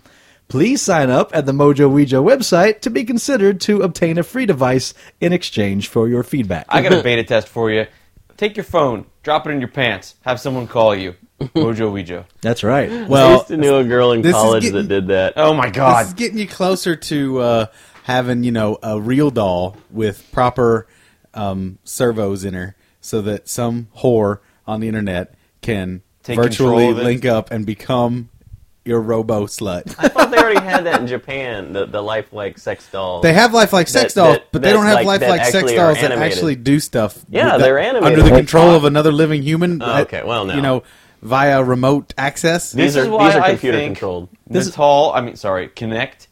Speaker 3: Please sign up at the Mojo Wejo website to be considered to obtain a free device in exchange for your feedback.
Speaker 2: I got a beta test for you. Take your phone, drop it in your pants, have someone call you. Mojo Weejo.
Speaker 3: That's
Speaker 2: Mm.
Speaker 3: right.
Speaker 5: I
Speaker 1: Well,
Speaker 5: used to know a girl in
Speaker 1: this is
Speaker 5: college
Speaker 1: getting-
Speaker 5: that did that.
Speaker 2: Oh my
Speaker 1: this is
Speaker 2: god.
Speaker 1: getting you closer to uh, having you know a real doll with proper um, servos in her, so that some whore on the internet can
Speaker 2: Take
Speaker 1: virtually
Speaker 2: control of it.
Speaker 1: link up and become your robo slut.
Speaker 5: I thought they already had that in Japan, the, the lifelike sex doll.
Speaker 1: They have lifelike sex
Speaker 5: That-
Speaker 1: dolls,
Speaker 5: that-
Speaker 1: but they
Speaker 5: that,
Speaker 1: don't have
Speaker 5: like, that
Speaker 1: lifelike sex
Speaker 5: actually are
Speaker 1: dolls that
Speaker 5: animated.
Speaker 1: actually do stuff.
Speaker 5: Yeah,
Speaker 1: with
Speaker 5: they're
Speaker 1: under
Speaker 5: animated.
Speaker 1: the
Speaker 5: Like
Speaker 1: control
Speaker 5: Tron.
Speaker 1: of another living human. uh,
Speaker 5: Oh, okay, well, no.
Speaker 1: you know via remote access.
Speaker 5: These
Speaker 2: This
Speaker 5: are
Speaker 2: is why
Speaker 5: these are
Speaker 2: I
Speaker 5: computer
Speaker 2: think
Speaker 5: controlled.
Speaker 2: This Natal, I mean, sorry, Connect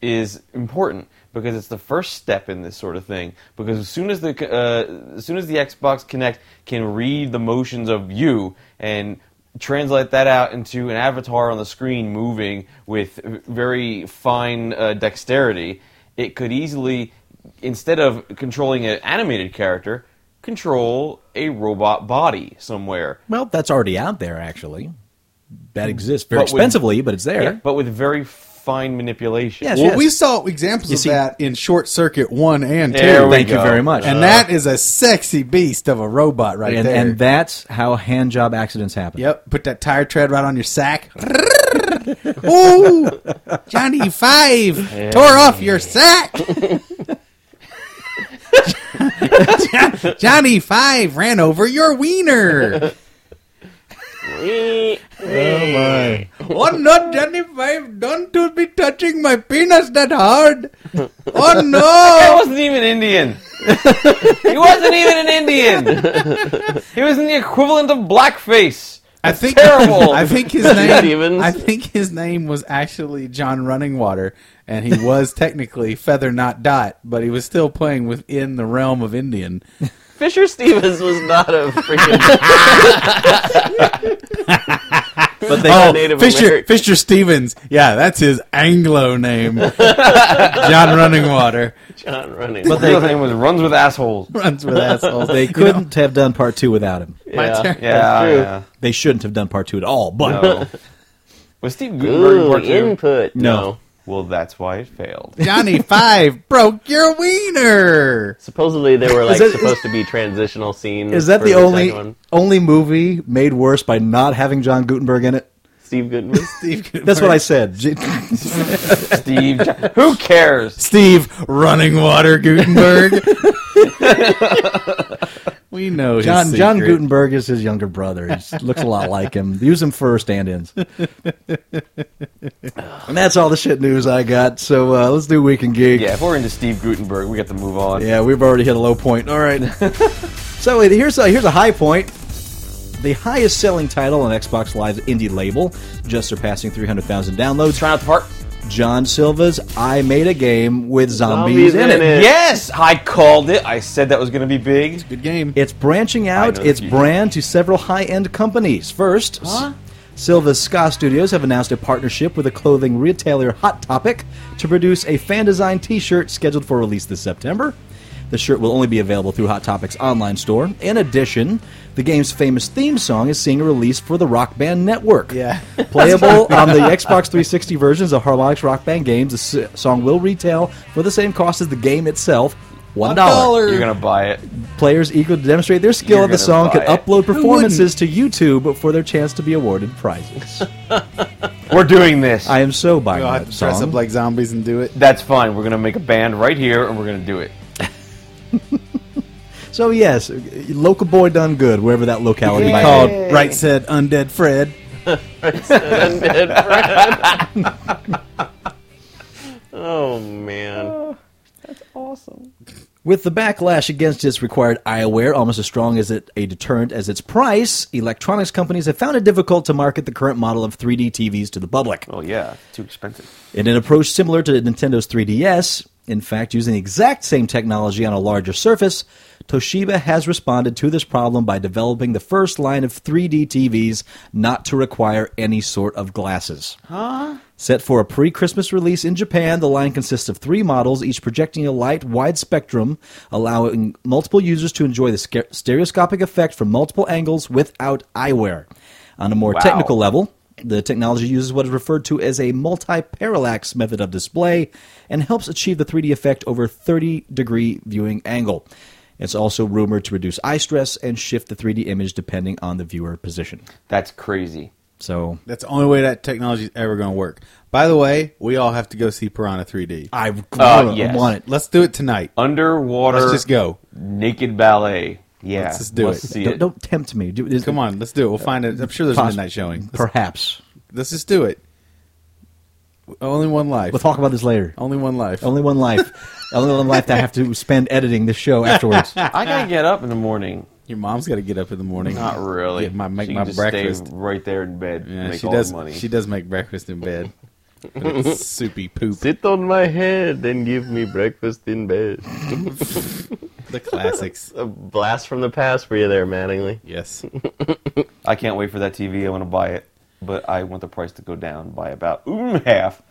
Speaker 2: is important because it's the first step in this sort of thing. Because as soon as the uh, as soon as the Xbox Connect can read the motions of you and translate that out into an avatar on the screen moving with very fine uh, dexterity, it could easily, instead of controlling an animated character, control a robot body somewhere.
Speaker 3: Well, that's already out there actually. That
Speaker 2: Mm.
Speaker 3: exists very
Speaker 2: But with-
Speaker 3: expensively, but it's there.
Speaker 2: But with very fine manipulation.
Speaker 3: Yes,
Speaker 1: Well,
Speaker 3: yes.
Speaker 1: we saw examples
Speaker 3: You
Speaker 1: of
Speaker 3: see-
Speaker 1: that in Short Circuit One and Two.
Speaker 2: There we
Speaker 3: Thank you
Speaker 2: go. Uh,
Speaker 3: very much.
Speaker 1: and that is a sexy beast of a robot right
Speaker 3: and,
Speaker 1: there.
Speaker 3: and that's how hand job accidents happen.
Speaker 1: yep, put that tire tread right on your sack. Ooh, Johnny Five tore off your sack. Jo- Johnny Five ran over your wiener.
Speaker 5: Eh,
Speaker 1: Oh no, Johnny Five, don't to be touching my penis that hard. Oh
Speaker 2: He
Speaker 1: no.
Speaker 2: wasn't even Indian. he wasn't even an Indian. He was in the equivalent of blackface.
Speaker 1: I think
Speaker 2: terrible.
Speaker 1: I think his
Speaker 5: Not
Speaker 1: name.
Speaker 5: even.
Speaker 1: I think his name was actually John Running Water, and he was technically Feather Not Dot, but he was still playing within the realm of Indian.
Speaker 5: Fisher Stevens was not a freaking. but
Speaker 3: Oh.
Speaker 5: they got Native
Speaker 1: Fisher
Speaker 5: American.
Speaker 1: Fisher Stevens. Yeah, that's his Anglo name. John Running Water
Speaker 5: John running.
Speaker 2: But the real thing was runs with assholes.
Speaker 1: runs with assholes.
Speaker 3: They
Speaker 1: You know,
Speaker 3: couldn't have done part two without him.
Speaker 1: my
Speaker 5: Yeah.
Speaker 1: turn.
Speaker 2: Yeah,
Speaker 5: true.
Speaker 2: yeah.
Speaker 3: They shouldn't have done part two at all. But
Speaker 2: No. Was Steve Gutenberg in
Speaker 5: Ooh,
Speaker 2: part two?
Speaker 5: input. No.
Speaker 2: Well, that's why it failed.
Speaker 1: Johnny Five broke your wiener.
Speaker 5: Supposedly they were like
Speaker 3: that-
Speaker 5: supposed to be transitional scenes.
Speaker 3: is that
Speaker 5: for
Speaker 3: the only
Speaker 5: second one.
Speaker 3: only movie made worse by not having John Gutenberg in it?
Speaker 5: Steve Goodman?
Speaker 1: Steve.
Speaker 3: That's what I said. J-
Speaker 2: Steve, Jo- who cares?
Speaker 1: Steve Running Water Gutenberg. we know his
Speaker 3: John John
Speaker 1: secret.
Speaker 3: Gutenberg is his younger brother. He looks a lot like him. Use him for stand-ins. and that's all the shit news I got. So uh, let's do Weekend Geek.
Speaker 2: Yeah, if we're into Steve Gutenberg, we got to move on.
Speaker 3: Yeah, we've already hit a low point. All right. so wait, here's a, here's a high point. The highest selling title on Xbox Live's indie label, just surpassing 300,000 downloads.
Speaker 2: Try not to fart.
Speaker 3: John Silva's I Made a Game with Zombies,
Speaker 5: Zombies
Speaker 3: in,
Speaker 5: in
Speaker 3: it.
Speaker 5: it.
Speaker 2: Yes, I called it. I said that was going to be big.
Speaker 1: Good game.
Speaker 3: It's branching out
Speaker 2: know
Speaker 3: its
Speaker 2: the future.
Speaker 3: brand to several high end companies. First, Silva's Ska Studios have announced a partnership with the clothing retailer Hot Topic to produce a fan design t shirt scheduled for release this September. The shirt will only be available through Hot Topic's online store. In addition, the game's famous theme song is seeing a release for the Rock Band Network.
Speaker 1: Yeah.
Speaker 3: Playable on the Xbox 360 versions of Harmonix Rock Band games, the s- song will retail for the same cost as the game itself $1.
Speaker 1: dollar.
Speaker 2: You're going to buy it.
Speaker 3: Players eager to demonstrate their skill
Speaker 2: You're
Speaker 3: at the
Speaker 2: gonna
Speaker 3: song can
Speaker 2: buy it.
Speaker 3: upload
Speaker 1: wouldn't?
Speaker 3: performances to YouTube for their chance to be awarded prizes.
Speaker 2: We're doing this.
Speaker 3: I am so buying
Speaker 1: Go out
Speaker 3: that
Speaker 1: to dress
Speaker 3: song.
Speaker 1: up like zombies and do it.
Speaker 2: That's fine. We're going to make a band right here and we're going to do it.
Speaker 3: so yes, local boy done good wherever that locality
Speaker 1: Be
Speaker 3: might
Speaker 1: called
Speaker 3: be.
Speaker 1: Right Said Undead Fred.
Speaker 5: Oh man.
Speaker 3: With the backlash against its required eyewear almost as strong as it, a deterrent as its price, electronics companies have found it difficult to market the current model of 3D TVs to the public.
Speaker 2: Well, Oh, yeah, too expensive.
Speaker 3: In an approach similar to Nintendo's 3DS, in fact, using the exact same technology on a larger surface, Toshiba has responded to this problem by developing the first line of 3D TVs not to require any sort of glasses. Set for a pre Christmas release in Japan, the line consists of three models, each projecting a light, wide spectrum, allowing multiple users to enjoy the sca- stereoscopic effect from multiple angles without eyewear. On a more
Speaker 2: Wow.
Speaker 3: technical level, the technology uses what is referred to as a multi parallax method of display and helps achieve the 3D effect over 30 degree viewing angle. It's also rumored to reduce eye stress and shift the 3D image depending on the viewer position.
Speaker 2: That's crazy.
Speaker 3: So
Speaker 1: That's the only way that technology is ever going to work. By the way, we all have to go see Piranha 3D.
Speaker 3: I
Speaker 2: Uh, yes.
Speaker 3: want it.
Speaker 1: Let's do it tonight.
Speaker 2: Underwater.
Speaker 1: Let's just go.
Speaker 2: Naked ballet. Yeah.
Speaker 1: Let's just do
Speaker 2: let's
Speaker 1: it.
Speaker 2: See
Speaker 3: Don't,
Speaker 2: it.
Speaker 3: don't tempt me. Do- is-
Speaker 1: Come on, let's do it. We'll find it. I'm sure there's a
Speaker 3: Poss-
Speaker 1: midnight showing. Let's,
Speaker 3: Perhaps.
Speaker 1: let's just do it. Only one life.
Speaker 3: We'll talk about this later.
Speaker 1: Only one life.
Speaker 3: Only one life. Only one life that I have to spend editing this show afterwards.
Speaker 2: I got to get up in the morning.
Speaker 1: Your mom's got to get up in the morning.
Speaker 2: Not really.
Speaker 1: Get my make
Speaker 2: she
Speaker 1: my
Speaker 2: can just
Speaker 1: breakfast.
Speaker 2: Stay right there in bed.
Speaker 1: Yeah,
Speaker 2: make
Speaker 1: she
Speaker 2: all
Speaker 1: does.
Speaker 2: the money.
Speaker 1: She does make breakfast in bed. But it's soupy poop.
Speaker 5: Sit on my head and give me breakfast in bed.
Speaker 1: The classics.
Speaker 5: A blast from the past for you there, Mattingly.
Speaker 1: Yes.
Speaker 2: I can't wait for that TV. I want to buy it, but I want the price to go down by about mm, half.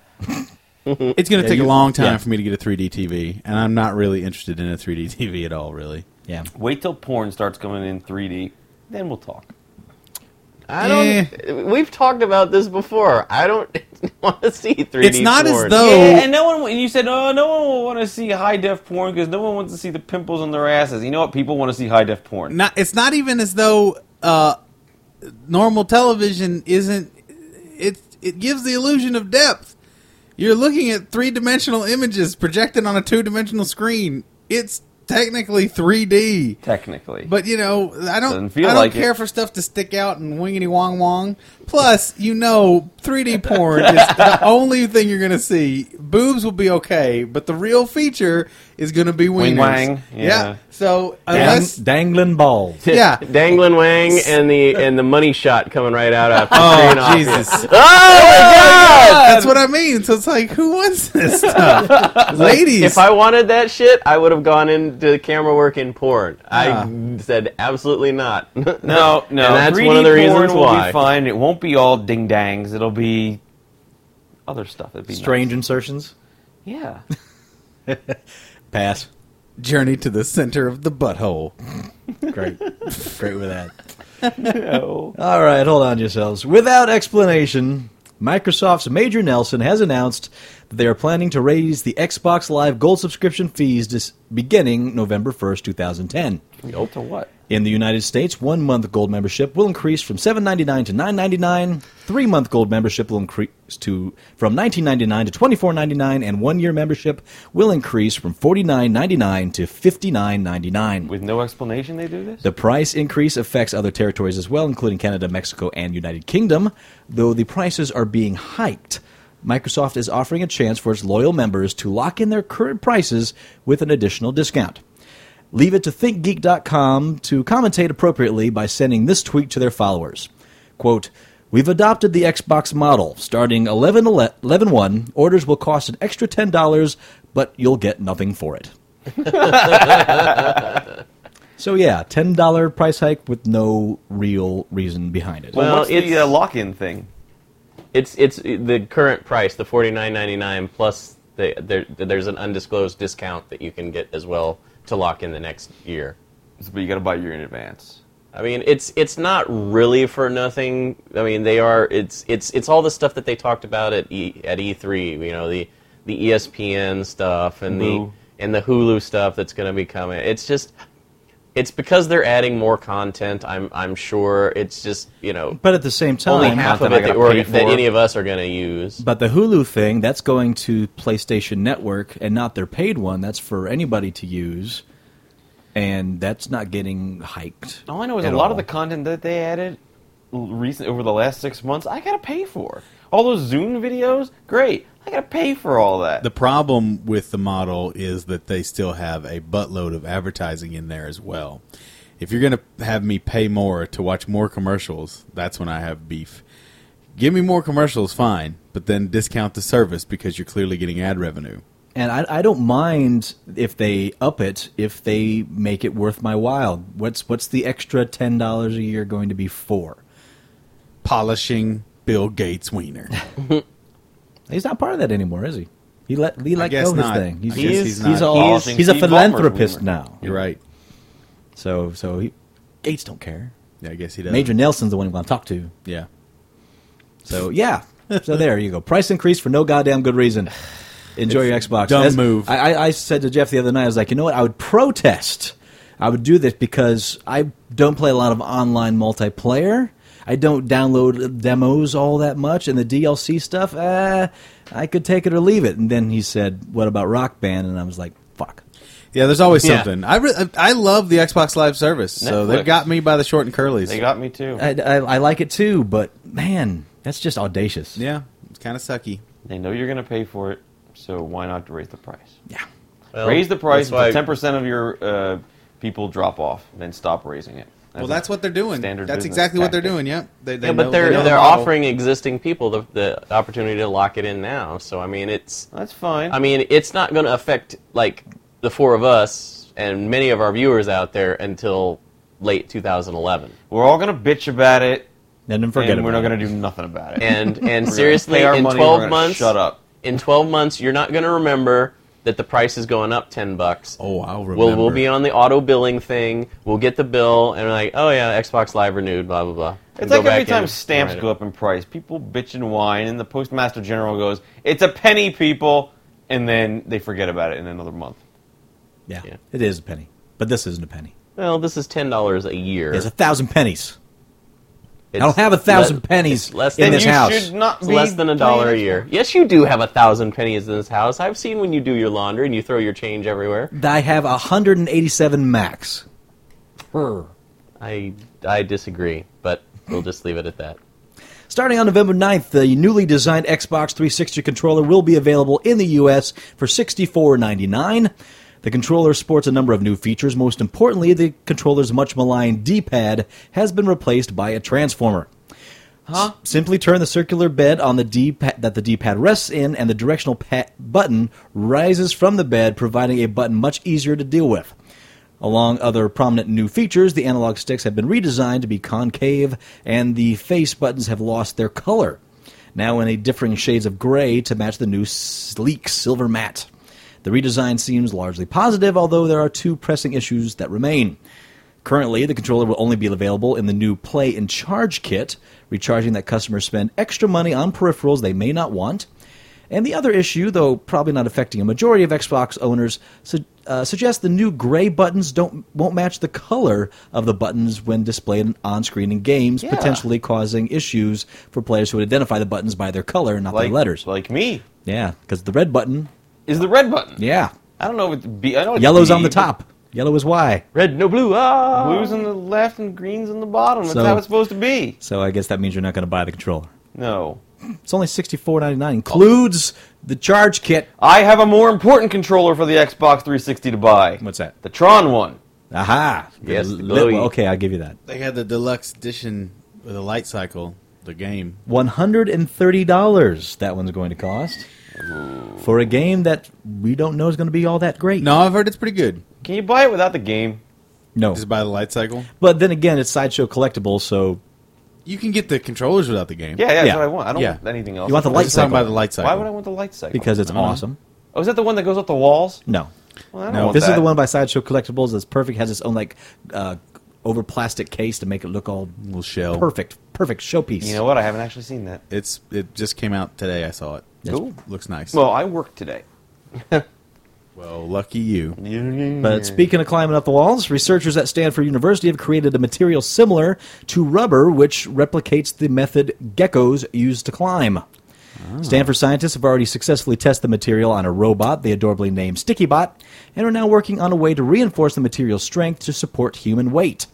Speaker 1: It's going to take
Speaker 3: you-
Speaker 1: a long time
Speaker 3: yeah.
Speaker 1: for me to get a 3D TV, and I'm not really interested in a 3D TV at all. Really.
Speaker 3: Yeah.
Speaker 2: Wait till porn starts coming in 3D, then we'll talk.
Speaker 5: I don't.
Speaker 1: Eh.
Speaker 5: We've talked about this before. I don't want to see 3D.
Speaker 1: It's not as
Speaker 5: porn.
Speaker 1: though- Oh.
Speaker 2: Yeah, and no one. And you said, oh, no one will want to see high def porn because no one wants to see the pimples on their asses. You know what? People want to see high def porn.
Speaker 1: Not. It's not even as though uh, normal television isn't. It it gives the illusion of depth. You're looking at three dimensional images projected on a two dimensional screen. It's technically 3D.
Speaker 2: Technically,
Speaker 1: But you know, I don't.
Speaker 2: Doesn't feel
Speaker 1: I don't
Speaker 2: like
Speaker 1: care
Speaker 2: it.
Speaker 1: for stuff to stick out and wingity wong wong. Plus, you know, 3D porn is the only thing you're going to see. Boobs will be okay, but the real feature is going to be wieners.
Speaker 2: Wing wang,
Speaker 1: Yeah.
Speaker 2: yeah.
Speaker 1: So
Speaker 3: Dang,
Speaker 1: unless
Speaker 3: dangling balls.
Speaker 1: yeah.
Speaker 5: Dangling Wang and the and the money shot coming right out after.
Speaker 1: Oh
Speaker 5: screen off.
Speaker 1: Jesus! Oh
Speaker 5: Oh
Speaker 1: That's what I mean. So it's like, who wants this stuff,
Speaker 5: my God!
Speaker 1: ladies?
Speaker 5: If I wanted that shit, I would have gone into camera work in porn.
Speaker 1: Ah.
Speaker 5: I said absolutely not.
Speaker 2: no, no.
Speaker 5: And that's
Speaker 2: 3D
Speaker 5: one of the
Speaker 2: porn
Speaker 5: reasons
Speaker 2: will
Speaker 5: why.
Speaker 2: Be fine. It won't be all ding dangs. It'll be other stuff. It'd be
Speaker 3: Strange insertions.
Speaker 2: Nice. Yeah.
Speaker 3: Pass.
Speaker 1: Journey to the center of the butthole.
Speaker 3: Great. Great with that.
Speaker 2: No.
Speaker 3: All right, hold on yourselves. Without explanation, Microsoft's Major Nelson has announced that they are planning to raise the Xbox Live Gold subscription fees dis- beginning November 1st, 2010.
Speaker 2: Nope. To what?
Speaker 3: In the United States, one month gold membership will increase from $7.99 to $9.99. Three month gold membership will increase to from $19.99 to $24.99, and one year membership will increase from $49.99 to $59.99.
Speaker 2: With no explanation, they do this.
Speaker 3: The price increase affects other territories as well, including Canada, Mexico, and United Kingdom. Though the prices are being hiked, Microsoft is offering a chance for its loyal members to lock in their current prices with an additional discount. Leave it to thinkgeek.com to commentate appropriately by sending this tweet to their followers. Quote, We've adopted the Xbox model. Starting 11 1, orders will cost an extra $10, but you'll get nothing for it. so, yeah, $10 price hike with no real reason behind it.
Speaker 5: Well,
Speaker 2: What's
Speaker 5: it's-
Speaker 2: the uh, lock-in thing?
Speaker 5: It's it's the current price, the forty nine ninety nine plus the, there, there's an undisclosed discount that you can get as well to lock in the next year.
Speaker 2: But you got to buy a year in advance.
Speaker 5: I mean, it's it's not really for nothing. I mean, they are. It's it's it's all the stuff that they talked about at e, at E three. You know, the the E ESPN stuff and
Speaker 2: Hulu.
Speaker 5: the and the Hulu stuff that's going to be coming. It's just it's because they're adding more content. I'm I'm sure it's just you know
Speaker 3: but at the same time,
Speaker 5: only half of
Speaker 2: content I
Speaker 5: it that,
Speaker 2: gotta
Speaker 5: we're,
Speaker 2: pay
Speaker 5: that
Speaker 2: for.
Speaker 5: any of us are going to use.
Speaker 3: But the Hulu thing, that's going to PlayStation Network and not their paid one. That's for anybody to use. And that's not getting hiked.
Speaker 2: All I know is
Speaker 3: at
Speaker 2: a lot
Speaker 3: all.
Speaker 2: of the content that they added l- recent over the last six months, I got to pay for. All those Zoom videos, great. I got to pay for all that.
Speaker 1: The problem with the model is that they still have a buttload of advertising in there as well. If you're going to have me pay more to watch more commercials, that's when I have beef. Give me more commercials, fine, but then discount the service because you're clearly getting ad revenue.
Speaker 3: And I, I don't mind if they up it if they make it worth my while. What's what's the extra ten dollars a year going to be for?
Speaker 1: Polishing Bill Gates' wiener.
Speaker 3: He's not part of that anymore, is he? He let he
Speaker 1: I
Speaker 3: let
Speaker 1: guess
Speaker 3: go of his
Speaker 1: not.
Speaker 3: thing. He's
Speaker 1: I guess
Speaker 3: he's,
Speaker 1: he's
Speaker 3: he's,
Speaker 1: not.
Speaker 3: all,
Speaker 2: He's-
Speaker 3: he's a
Speaker 2: Steve Ballmer's
Speaker 3: philanthropist
Speaker 2: rumor.
Speaker 3: now.
Speaker 1: You're right.
Speaker 3: So so he, Gates don't care.
Speaker 1: Yeah, I guess he does.
Speaker 3: Major Nelson's the one he want to talk to.
Speaker 1: Yeah.
Speaker 3: So yeah. So there you go. Price increase for no goddamn good reason. Enjoy your Xbox.
Speaker 1: dumb
Speaker 3: That's-
Speaker 1: move.
Speaker 3: I, I- I said to Jeff the other night, I was like, you know what? I would protest. I would do this because I don't play a lot of online multiplayer. I don't download demos all that much, and the DLC stuff, uh, I could take it or leave it. And then he said, "What about Rock Band?" And I was like, "Fuck."
Speaker 1: Yeah, there's always
Speaker 5: Yeah.
Speaker 1: something. I, re- I love the Xbox Live service, so
Speaker 2: Netflix.
Speaker 1: they've got me by the short and curlies.
Speaker 2: they got me too.
Speaker 3: I, I, I like it too, but man, that's just audacious.
Speaker 1: yeah, it's kind of sucky.
Speaker 2: They know you're going to pay for it, so why not raise the price?
Speaker 3: Yeah.
Speaker 5: Well,
Speaker 2: raise the price
Speaker 5: Oh, that's why-
Speaker 2: until ten percent of your uh, people drop off, then stop raising it.
Speaker 1: well, that's what they're doing.
Speaker 2: standard
Speaker 1: That's
Speaker 2: business
Speaker 1: exactly what they're
Speaker 2: tactic.
Speaker 1: doing. Yep. They, they
Speaker 5: Yeah,
Speaker 1: know-
Speaker 5: but
Speaker 1: they
Speaker 5: they're
Speaker 1: know the
Speaker 5: they're
Speaker 1: model.
Speaker 5: offering existing people the, the opportunity to lock it in now. So I mean, it's
Speaker 2: That's fine.
Speaker 5: I mean, it's not going to affect like the four of us and many of our viewers out there until late 2011.
Speaker 2: we're all going to bitch about it,
Speaker 3: And then forget
Speaker 2: and we're
Speaker 3: about
Speaker 2: not
Speaker 3: it.
Speaker 2: going to do nothing about it.
Speaker 5: And
Speaker 2: We're
Speaker 5: and
Speaker 2: gonna
Speaker 5: seriously,
Speaker 2: pay our
Speaker 5: in
Speaker 2: money, we're
Speaker 5: 12
Speaker 2: gonna
Speaker 5: months,
Speaker 2: shut up.
Speaker 5: In 12 months, you're not going to remember that the price is going up 10 bucks.
Speaker 1: Oh, I'll remember.
Speaker 5: We'll, we'll be on the auto billing thing. We'll get the bill, and we're like, oh yeah, Xbox Live renewed, blah blah blah. And
Speaker 2: It's
Speaker 5: go
Speaker 2: like every
Speaker 5: back
Speaker 2: time
Speaker 5: in
Speaker 2: stamps
Speaker 5: and write
Speaker 2: go
Speaker 5: it.
Speaker 2: up in price, people bitch and whine, and the postmaster general goes, "It's a penny, people," and then they forget about it in another month.
Speaker 3: Yeah.
Speaker 5: Yeah.
Speaker 3: It is a penny, but this isn't a penny.
Speaker 5: Well, this is ten dollars a year.
Speaker 3: It's a thousand pennies.
Speaker 5: It's
Speaker 3: I don't have a thousand
Speaker 5: le-
Speaker 3: pennies
Speaker 5: it's less
Speaker 3: in
Speaker 5: than
Speaker 3: this
Speaker 2: you
Speaker 3: house.
Speaker 2: should not
Speaker 5: It's
Speaker 2: be
Speaker 5: less than a
Speaker 2: playing
Speaker 5: dollar a
Speaker 2: Xbox.
Speaker 5: year. Yes, you do have a thousand pennies in this house. I've seen when you do your laundry and you throw your change everywhere.
Speaker 3: I have 187 max.
Speaker 5: I I disagree, but we'll just leave it at that.
Speaker 3: Starting on November 9th, the newly designed Xbox 360 controller will be available in the US for $64.99. The controller sports a number of new features. Most importantly, the controller's much maligned D pad has been replaced by a transformer. Huh? Simply turn the circular bed on the D pad that the D pad rests in, and the directional pa- button rises from the bed, providing a button much easier to deal with. Along other prominent new features, the analog sticks have been redesigned to be concave, and the face buttons have lost their color, now in a differing shades of gray to match the new sleek silver matte. The redesign seems largely positive, although there are two pressing issues that remain. Currently, the controller will only be available in the new Play and Charge kit, recharging that customers spend extra money on peripherals they may not want. And the other issue, though probably not affecting a majority of Xbox owners, su- uh, suggests the new gray buttons don't won't match the color of the buttons when displayed on screen in games, potentially causing issues for players who would identify the buttons by their color and not
Speaker 2: Like
Speaker 3: their letters.
Speaker 2: like me,
Speaker 3: yeah, because the red button,
Speaker 2: is the red button.
Speaker 3: yeah,
Speaker 2: I don't know if it's B. I know it's
Speaker 3: yellow's
Speaker 2: B,
Speaker 3: on the
Speaker 2: but
Speaker 3: top. Yellow is Y.
Speaker 5: Red, no blue. Ah,
Speaker 2: Blues on the left and greens on the bottom. That's
Speaker 3: So-
Speaker 2: how it's supposed to be.
Speaker 3: So I guess that means you're not going to buy the controller.
Speaker 2: No.
Speaker 3: It's only sixty four ninety nine. Includes the charge kit.
Speaker 2: I have a more important controller for the Xbox 360 to buy.
Speaker 3: What's that?
Speaker 2: The Tron one.
Speaker 3: Aha.
Speaker 5: Yes,
Speaker 3: The
Speaker 5: glowy.
Speaker 3: okay, I'll give you that.
Speaker 1: They had the deluxe edition with a light cycle the game.
Speaker 3: $130 that one's going to cost for a game that we don't know is going to be all that great.
Speaker 1: No, I've heard it's pretty good.
Speaker 2: Can you buy it without the game?
Speaker 3: No.
Speaker 1: Just by the light cycle.
Speaker 3: But then again, it's Sideshow Collectibles, so
Speaker 1: You can get the controllers without the game.
Speaker 2: Yeah, yeah, that's
Speaker 3: Yeah.
Speaker 2: what I want. I don't
Speaker 1: Yeah.
Speaker 2: want anything else.
Speaker 3: You want the
Speaker 1: I'm
Speaker 3: light
Speaker 1: just talking
Speaker 3: cycle.
Speaker 1: about the light cycle.
Speaker 2: Why would I want the light cycle?
Speaker 3: because it's
Speaker 1: I don't know.
Speaker 3: awesome.
Speaker 2: oh, is that the one that goes up the walls?
Speaker 3: No.
Speaker 2: Well, I don't
Speaker 1: No,
Speaker 2: want
Speaker 3: This is
Speaker 2: that.
Speaker 3: the one by Sideshow Collectibles that's perfect, has its own, like, uh, over plastic case to make it look all
Speaker 1: Little shell.
Speaker 3: perfect, perfect showpiece.
Speaker 2: You know what? I haven't actually seen that.
Speaker 1: It's it just came out today. I saw it.
Speaker 3: Yes.
Speaker 2: Cool.
Speaker 1: Looks nice.
Speaker 2: Well, I work today.
Speaker 1: well lucky you.
Speaker 3: But speaking of climbing up the walls, researchers at Stanford University have created a material similar to rubber, which replicates the method geckos use to climb. Stanford scientists have already successfully tested the material on a robot they adorably named StickyBot and are now working on a way to reinforce the material's strength to support human weight.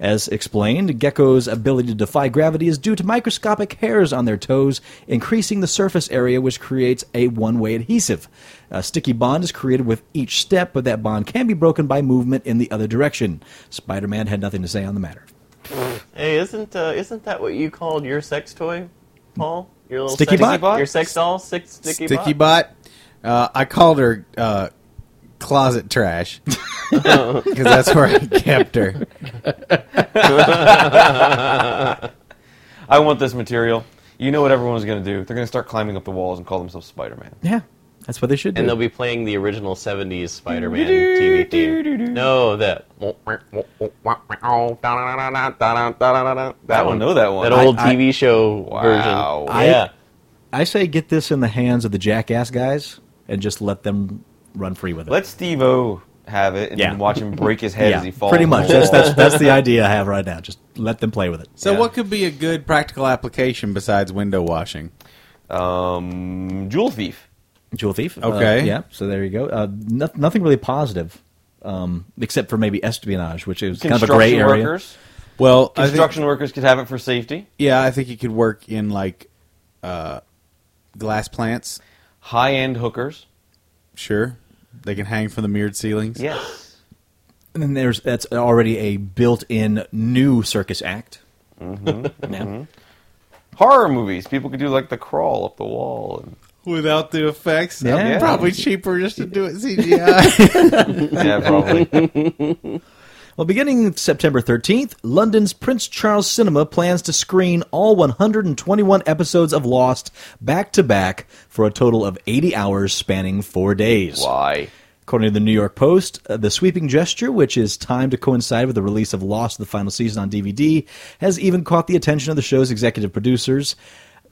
Speaker 3: As explained, gecko's ability to defy gravity is due to microscopic hairs on their toes, increasing the surface area, which creates a one way adhesive. A sticky bond is created with each step, but that bond can be broken by movement in the other direction. Spider Man had nothing to say on the matter.
Speaker 5: Hey, isn't uh, isn't that what you called your sex toy, Paul? Your little
Speaker 3: Sticky
Speaker 5: sex,
Speaker 3: bot?
Speaker 5: Your sex doll, six sticky,
Speaker 1: Sticky bot. Uh, I called her uh, closet trash because that's where I kept her.
Speaker 2: I want this material. You know what everyone's going to do? They're going to start climbing up the walls and call themselves Spider-Man.
Speaker 3: Yeah, that's what they should do.
Speaker 5: And they'll be playing the original '70s Spider-Man TV theme. No, that
Speaker 2: I don't know that one.
Speaker 5: that old
Speaker 3: I-
Speaker 5: TV show
Speaker 2: Wow.
Speaker 5: version. Yeah,
Speaker 3: I say get this in the hands of the jackass guys and just let them run free with it.
Speaker 2: Let Steve-O have it and
Speaker 3: Yeah.
Speaker 2: then watch him break his head
Speaker 3: yeah,
Speaker 2: as he falls.
Speaker 3: pretty
Speaker 2: on the
Speaker 3: much. That's,
Speaker 2: wall.
Speaker 3: that's, that's the idea I have right now. Just let them play with it.
Speaker 1: So
Speaker 2: Yeah.
Speaker 1: what could be a good practical application besides window washing?
Speaker 2: um, Jewel Thief.
Speaker 3: Jewel Thief.
Speaker 1: Okay.
Speaker 3: Uh, yeah. So there you go. Uh, no, nothing really positive, um, except for maybe espionage, which is kind of a
Speaker 2: Construction
Speaker 3: gray area.
Speaker 2: workers.
Speaker 1: Well, I think-
Speaker 2: Construction workers could have it for safety.
Speaker 1: yeah, I think you could work in like uh, glass plants.
Speaker 2: High-end hookers.
Speaker 1: Sure, they can hang from the mirrored ceilings.
Speaker 2: Yes.
Speaker 3: And then there's that's already a built-in new circus act.
Speaker 2: Mm-hmm,
Speaker 3: Yeah.
Speaker 2: Horror movies. People could do like the crawl up the wall. And,
Speaker 1: without the effects.
Speaker 3: Yeah.
Speaker 1: I'm
Speaker 3: Yeah.
Speaker 1: probably cheaper just to do it CGI.
Speaker 2: yeah, probably.
Speaker 3: Well, beginning September 13th, London's Prince Charles Cinema plans to screen all 121 episodes of Lost back to back for a total of 80 hours spanning four days.
Speaker 2: Why?
Speaker 3: According to the New York Post, uh, the sweeping gesture, which is timed to coincide with the release of Lost the final season on DVD, has even caught the attention of the show's executive producers.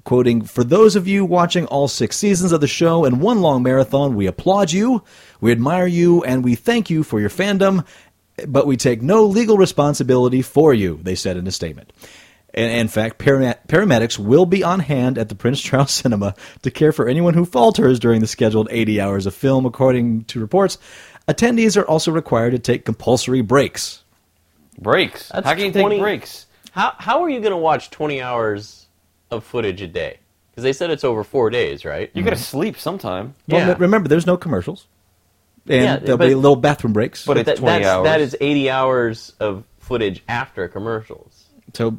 Speaker 3: Quoting, For those of you watching all six seasons of the show in one long marathon, we applaud you, we admire you, and we thank you for your fandom, but we take no legal responsibility for you, they said in a statement. And in fact, param- paramedics will be on hand at the Prince Charles Cinema to care for anyone who falters during the scheduled 80 hours of film, according to reports. Attendees are also required to take compulsory breaks.
Speaker 2: Breaks.
Speaker 5: That's
Speaker 2: How can you
Speaker 5: 20
Speaker 2: take breaks?
Speaker 5: How how are you going to watch 20 hours of footage a day? Because they said it's over four days, right?
Speaker 2: You gotta sleep sometime.
Speaker 5: Yeah.
Speaker 3: Well, remember, there's no commercials, and
Speaker 5: Yeah,
Speaker 3: there'll
Speaker 5: but-
Speaker 3: be little bathroom breaks.
Speaker 2: But it's
Speaker 5: that,
Speaker 2: 20
Speaker 5: that's,
Speaker 2: hours.
Speaker 5: That is 80 hours of footage after commercials.
Speaker 3: so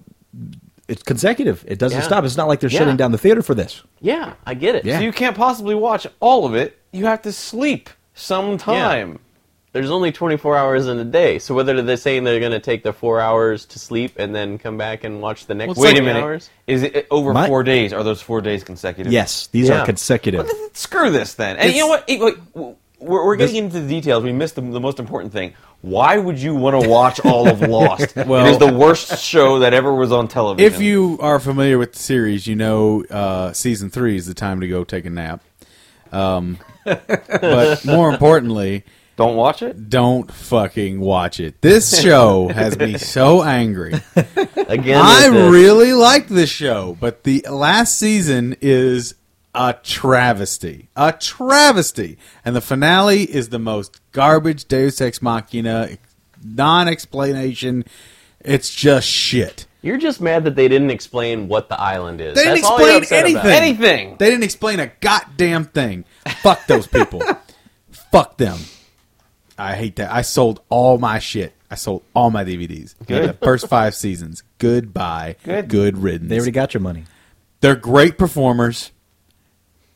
Speaker 3: it's consecutive. It doesn't
Speaker 5: Yeah.
Speaker 3: stop. It's not like they're
Speaker 5: Yeah.
Speaker 3: shutting down the theater for this.
Speaker 5: Yeah, I get it.
Speaker 3: Yeah.
Speaker 2: So you can't possibly watch all of it. You have to sleep sometime.
Speaker 5: There's only 24 hours in a day, so whether they're saying they're going to take the four hours to sleep and then come back and watch the next
Speaker 1: Well, it's
Speaker 2: Wait
Speaker 5: three
Speaker 2: a minute.
Speaker 5: hours.
Speaker 2: Is it over
Speaker 3: My-
Speaker 2: four days? Are those four days consecutive?
Speaker 3: Yes, these
Speaker 5: Yeah.
Speaker 3: are consecutive.
Speaker 2: Screw this then. And you know what? It- like, w- we're, we're getting into the details. We missed the, the most important thing. Why would you want to watch all of Lost?
Speaker 1: Well-
Speaker 2: it is the worst show that ever was on television.
Speaker 1: if you are familiar with the series, you know uh, season three is the time to go take a nap. Um, but more importantly,
Speaker 2: don't watch it,
Speaker 1: don't fucking watch it. This show has me so angry.
Speaker 5: Again,
Speaker 1: I
Speaker 5: with this.
Speaker 1: really like this show, but the last season is a travesty. A travesty. And the finale is the most garbage Deus Ex Machina, non explanation. It's just shit.
Speaker 5: You're just mad that they didn't explain what the island is.
Speaker 1: They didn't
Speaker 5: That's all you're
Speaker 1: explain
Speaker 5: upset about.
Speaker 1: anything.
Speaker 2: anything.
Speaker 1: They didn't explain a goddamn thing. Fuck those people. Fuck them. I hate that. I sold all my shit. I sold all my DVDs.
Speaker 2: Good.
Speaker 1: The first five seasons. Goodbye.
Speaker 2: Good.
Speaker 1: Good riddance.
Speaker 3: They already got your money.
Speaker 1: They're great performers.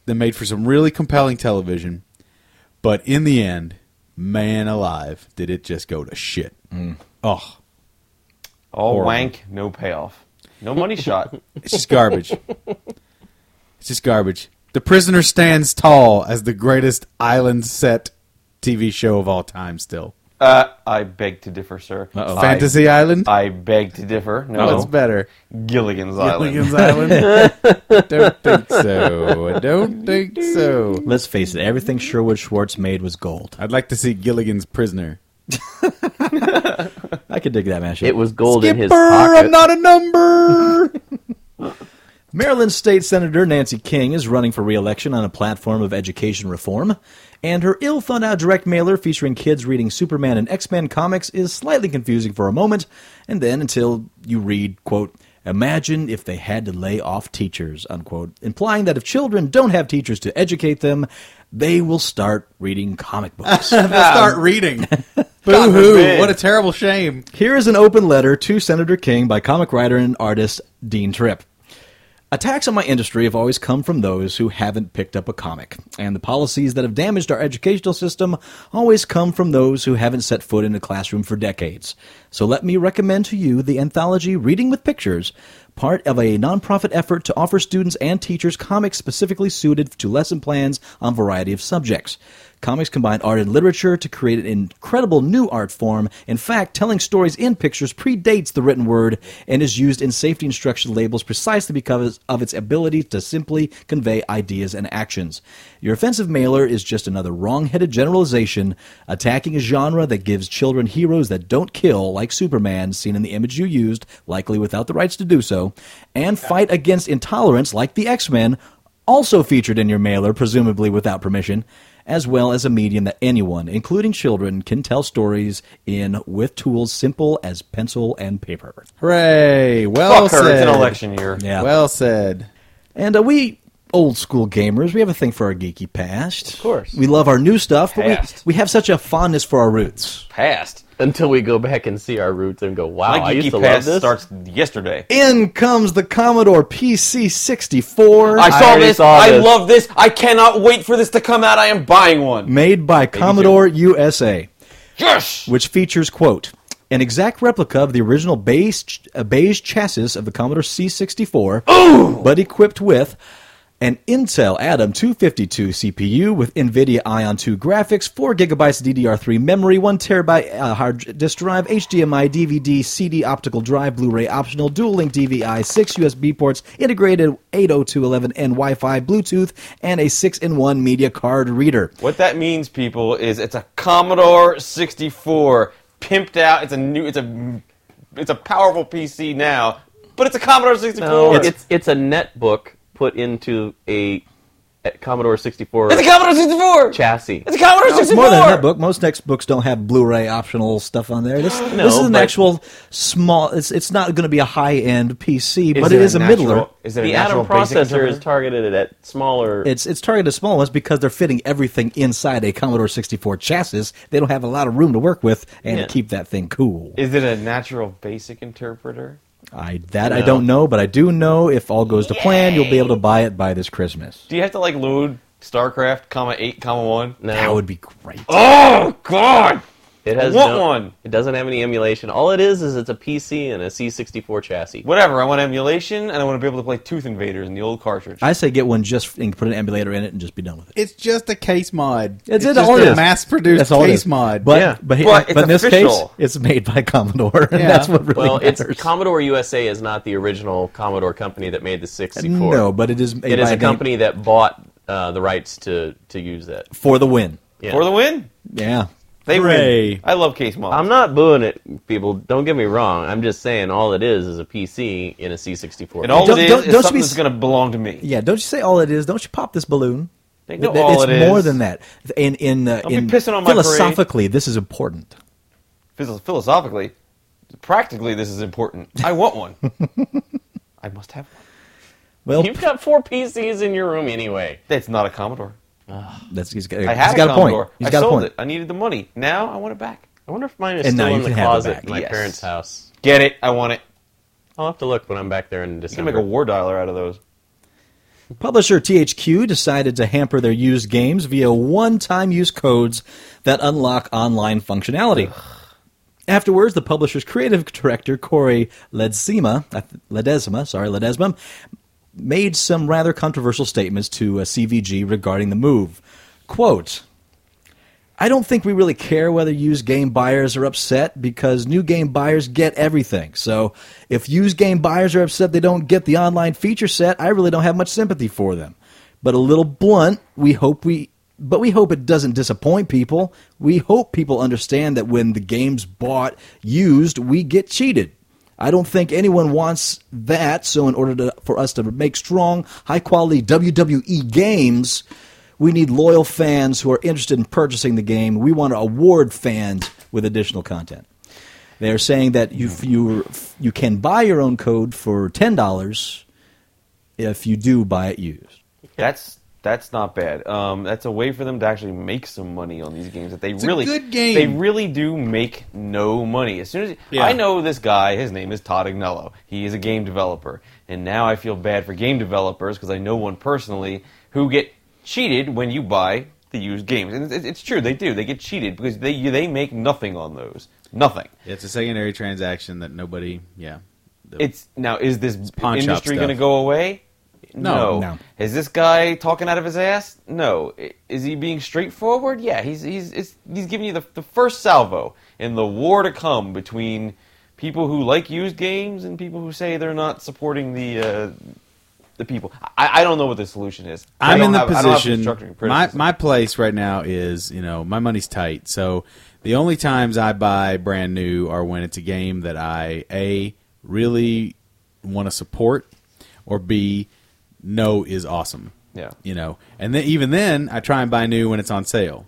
Speaker 1: They made for some really compelling television, but in the end, man alive, did it just go to shit. Oh,
Speaker 2: All
Speaker 1: Horrible.
Speaker 2: wank, no payoff. No money shot.
Speaker 1: it's just garbage. it's just garbage. The Prisoner stands tall as the greatest island set TV show of all time. Still,
Speaker 2: Uh, I beg to differ, sir. Oh. I-
Speaker 1: Fantasy Island.
Speaker 2: I beg to differ. No,
Speaker 1: Oh, it's better.
Speaker 2: Gilligan's Island.
Speaker 1: Gilligan's Island. don't think so. I don't think so.
Speaker 3: Let's face it, everything Sherwood Schwartz made was gold.
Speaker 1: I'd like to see Gilligan's Prisoner.
Speaker 3: I could dig that mashup.
Speaker 5: It was gold in his
Speaker 1: Skipper, I'm
Speaker 5: pocket.
Speaker 1: not a number.
Speaker 3: Maryland State Senator Nancy King is running for re-election on a platform of education reform, and her ill-thought-out direct mailer featuring kids reading Superman and X-Men comics is slightly confusing for a moment, and then until you read, quote, Imagine if they had to lay off teachers, unquote, implying that if children don't have teachers to educate them, they will start reading comic books.
Speaker 1: Let's start reading. Boo
Speaker 2: God
Speaker 1: hoo!
Speaker 2: forbid.
Speaker 1: What a terrible shame.
Speaker 3: Here is an open letter to Senator King by comic writer and artist Dean Tripp. Attacks on my industry have always come from those who haven't picked up a comic, and the policies that have damaged our educational system always come from those who haven't set foot in a classroom for decades. So let me recommend to you the anthology Reading with Pictures, part of a nonprofit effort to offer students and teachers comics specifically suited to lesson plans on a variety of subjects. Comics combine art and literature to create an incredible new art form. In fact, telling stories in pictures predates the written word and is used in safety instruction labels precisely because of its ability to simply convey ideas and actions. Your offensive mailer is just another wrong headed generalization attacking a genre that gives children heroes that don't kill, like Superman, seen in the image you used, likely without the rights to do so, and fight against intolerance, like the X Men also featured in your mailer, presumably without permission, as well as a medium that anyone, including children, can tell stories in with tools simple as pencil and paper.
Speaker 1: Hooray! Well
Speaker 2: Fuck her, it's
Speaker 1: said.
Speaker 2: an election year.
Speaker 3: Yeah.
Speaker 1: Well said.
Speaker 3: And uh, we old school gamers, we have a thing for our geeky past. Of
Speaker 5: course.
Speaker 3: We love our new stuff, but
Speaker 2: Past.
Speaker 3: we, we have such a fondness for our roots.
Speaker 2: Past.
Speaker 5: Until we go back and see our roots and go, wow,
Speaker 2: My
Speaker 5: Oh, I used
Speaker 2: geeky
Speaker 5: to love
Speaker 2: past
Speaker 5: this.
Speaker 2: starts yesterday.
Speaker 3: In comes the Commodore PC64.
Speaker 2: I saw
Speaker 5: already
Speaker 2: this.
Speaker 5: saw
Speaker 2: I
Speaker 5: this.
Speaker 2: love this. I cannot wait for this to come out. I am buying one.
Speaker 3: made by Commodore USA.
Speaker 2: Yes.
Speaker 3: which features quote an exact replica of the original beige, uh, beige chassis of the Commodore C64, but equipped with an Intel Atom 252 CPU with NVIDIA Ion 2 graphics, 4 gigabytes DDR3 memory, 1 terabyte uh, hard disk drive, HDMI, DVD, CD, optical drive, Blu-ray optional, dual-link DVI, 6 USB ports, integrated 802.11n Wi-Fi, Bluetooth, and a 6-in-1 media card reader.
Speaker 2: What that means, people, is it's a Commodore 64 pimped out. It's a new. It's a. It's a powerful PC now, but it's a Commodore 64.
Speaker 5: No,
Speaker 2: it's,
Speaker 5: it's it's a netbook put into a, a Commodore 64
Speaker 2: a Commodore 64.
Speaker 5: chassis.
Speaker 2: It's a Commodore 64.
Speaker 3: It's more than a netbook. Most textbooks don't have Blu-ray optional stuff on there. This, this is an
Speaker 5: but-
Speaker 3: actual small. It's it's not going to be a high-end PC, but
Speaker 2: it
Speaker 3: it
Speaker 2: a
Speaker 3: is a
Speaker 2: natural-
Speaker 3: middler.
Speaker 2: Is it a
Speaker 5: the
Speaker 2: natural
Speaker 5: Atom
Speaker 2: basic or
Speaker 5: processor is
Speaker 2: something?
Speaker 5: targeted at smaller.
Speaker 3: It's it's targeted to small ones because they're fitting everything inside a Commodore 64 chassis. They don't have a lot of room to work with and
Speaker 5: Yeah.
Speaker 3: to keep that thing cool.
Speaker 2: Is it a natural basic interpreter?
Speaker 3: I that I don't know, but I do know if all goes to plan, you'll be able to buy it by this Christmas.
Speaker 2: Do you have to like load StarCraft, comma eight, comma one?
Speaker 5: no,
Speaker 3: That would be great.
Speaker 2: Oh God!
Speaker 5: it has
Speaker 2: want
Speaker 5: no-
Speaker 2: one.
Speaker 5: It doesn't have any emulation. All it is is it's a PC and a C64 chassis.
Speaker 2: Whatever. I want emulation, and I want to be able to play Tooth Invaders in the old cartridge.
Speaker 3: I say get one just and put an emulator in it and just be done with it.
Speaker 1: It's just a case mod.
Speaker 3: It's, it,
Speaker 1: just
Speaker 3: all it
Speaker 1: a
Speaker 3: is.
Speaker 1: mass-produced
Speaker 3: That's all it
Speaker 1: case
Speaker 3: is.
Speaker 1: mod.
Speaker 3: But
Speaker 2: Yeah.
Speaker 3: but,
Speaker 2: But
Speaker 3: but
Speaker 2: it's
Speaker 3: in this
Speaker 2: official.
Speaker 3: case, it's made by Commodore, and
Speaker 1: Yeah.
Speaker 3: that's what really
Speaker 5: well, it's
Speaker 3: matters.
Speaker 5: Commodore USA is not the original Commodore company that made the 64.
Speaker 3: no, but it is made
Speaker 5: it
Speaker 3: by
Speaker 5: is a
Speaker 3: name-
Speaker 5: company that bought uh, the rights to to use that.
Speaker 3: for the win.
Speaker 5: Yeah.
Speaker 2: For the win,
Speaker 3: Yeah,
Speaker 2: they
Speaker 1: Hooray.
Speaker 2: win. I love case mods.
Speaker 5: I'm not booing it, people. Don't get me wrong. I'm just saying all it is is a PC in a C64.
Speaker 2: And all
Speaker 3: Don't-
Speaker 2: it is is
Speaker 3: don't- don't
Speaker 2: something
Speaker 3: be
Speaker 2: that's
Speaker 3: s-
Speaker 2: going to belong to me.
Speaker 3: yeah. Don't you say all it is? Don't you pop this balloon?
Speaker 2: They know
Speaker 3: Th-
Speaker 2: all
Speaker 3: it's
Speaker 2: it
Speaker 3: more
Speaker 2: is.
Speaker 3: than that. In in uh,
Speaker 2: Don't be
Speaker 3: in
Speaker 2: pissing on my parade.
Speaker 3: philosophically, this is important.
Speaker 2: Phys- Philosophically, practically, this is important. I want one. I must have one.
Speaker 3: Well,
Speaker 5: You've got four PCs in your room anyway.
Speaker 2: That's not a Commodore.
Speaker 3: that's he's got,
Speaker 2: I
Speaker 3: he's
Speaker 2: had
Speaker 3: got
Speaker 2: a
Speaker 3: a point.
Speaker 2: Commodore.
Speaker 3: He's
Speaker 2: I
Speaker 3: got a
Speaker 2: sold
Speaker 3: point.
Speaker 2: it. I needed the money. Now I want it back.
Speaker 5: I wonder if mine is
Speaker 3: And now
Speaker 5: still
Speaker 3: you
Speaker 5: in the
Speaker 3: can have it
Speaker 5: closet
Speaker 3: back.
Speaker 5: at my
Speaker 2: Yes.
Speaker 5: parents' house.
Speaker 2: Get it? I want it.
Speaker 5: I'll have to look when I'm back there in
Speaker 2: You can
Speaker 5: December.
Speaker 2: make a war dialer out of those.
Speaker 3: Publisher THQ decided to hamper their used games via one time use codes that unlock online functionality. Afterwards, the publisher's creative director, Corey Ledesma, uh, Ledesma, sorry, Ledesma, made some rather controversial statements to uh, CVG regarding the move. Quote, I don't think we really care whether used game buyers are upset because new game buyers get everything. So if used game buyers are upset they don't get the online feature set, I really don't have much sympathy for them. But a little blunt, we hope we but we hope it doesn't disappoint people. We hope people understand that when the game's bought used, we get cheated. I don't think anyone wants that, so in order to, for us to make strong, high quality WWE E games, we need loyal fans who are interested in purchasing the game. We want to award fans with additional content. They're saying that you you you can buy your own code for ten dollars if you do buy it used.
Speaker 2: That's that's not bad. Um, that's a way for them to actually make some money on these games that they
Speaker 1: a
Speaker 2: really
Speaker 1: good game.
Speaker 2: They really do make no money. As soon as
Speaker 1: Yeah.
Speaker 2: I know this guy, his name is Todd Agnello. He is a game developer, and now I feel bad for game developers because I know one personally who get cheated when you buy the used games. And it's, it's true, they do. They get cheated because they they make nothing on those. Nothing.
Speaker 1: It's a secondary transaction that nobody. Yeah. The-
Speaker 2: It's now is this
Speaker 1: pawn shop
Speaker 2: industry going to
Speaker 1: stuff.
Speaker 2: go away?
Speaker 1: No.
Speaker 3: No.
Speaker 2: Is this guy talking out of his ass? No. I- Is he being straightforward? Yeah, he's he's it's, he's giving you the the first salvo in the war to come between people who like used games and people who say they're not supporting the uh, the people. I, I don't know what the solution is. I
Speaker 1: I'm
Speaker 2: don't
Speaker 1: in the
Speaker 2: have- I don't have
Speaker 1: position.
Speaker 2: constructive
Speaker 1: My
Speaker 2: criticism.
Speaker 1: my place right now is you know my money's tight. So the only times I buy brand new are when it's a game that I a really want to support, or b know is awesome.
Speaker 2: Yeah.
Speaker 1: you know, and then even then I try and buy new when it's on sale.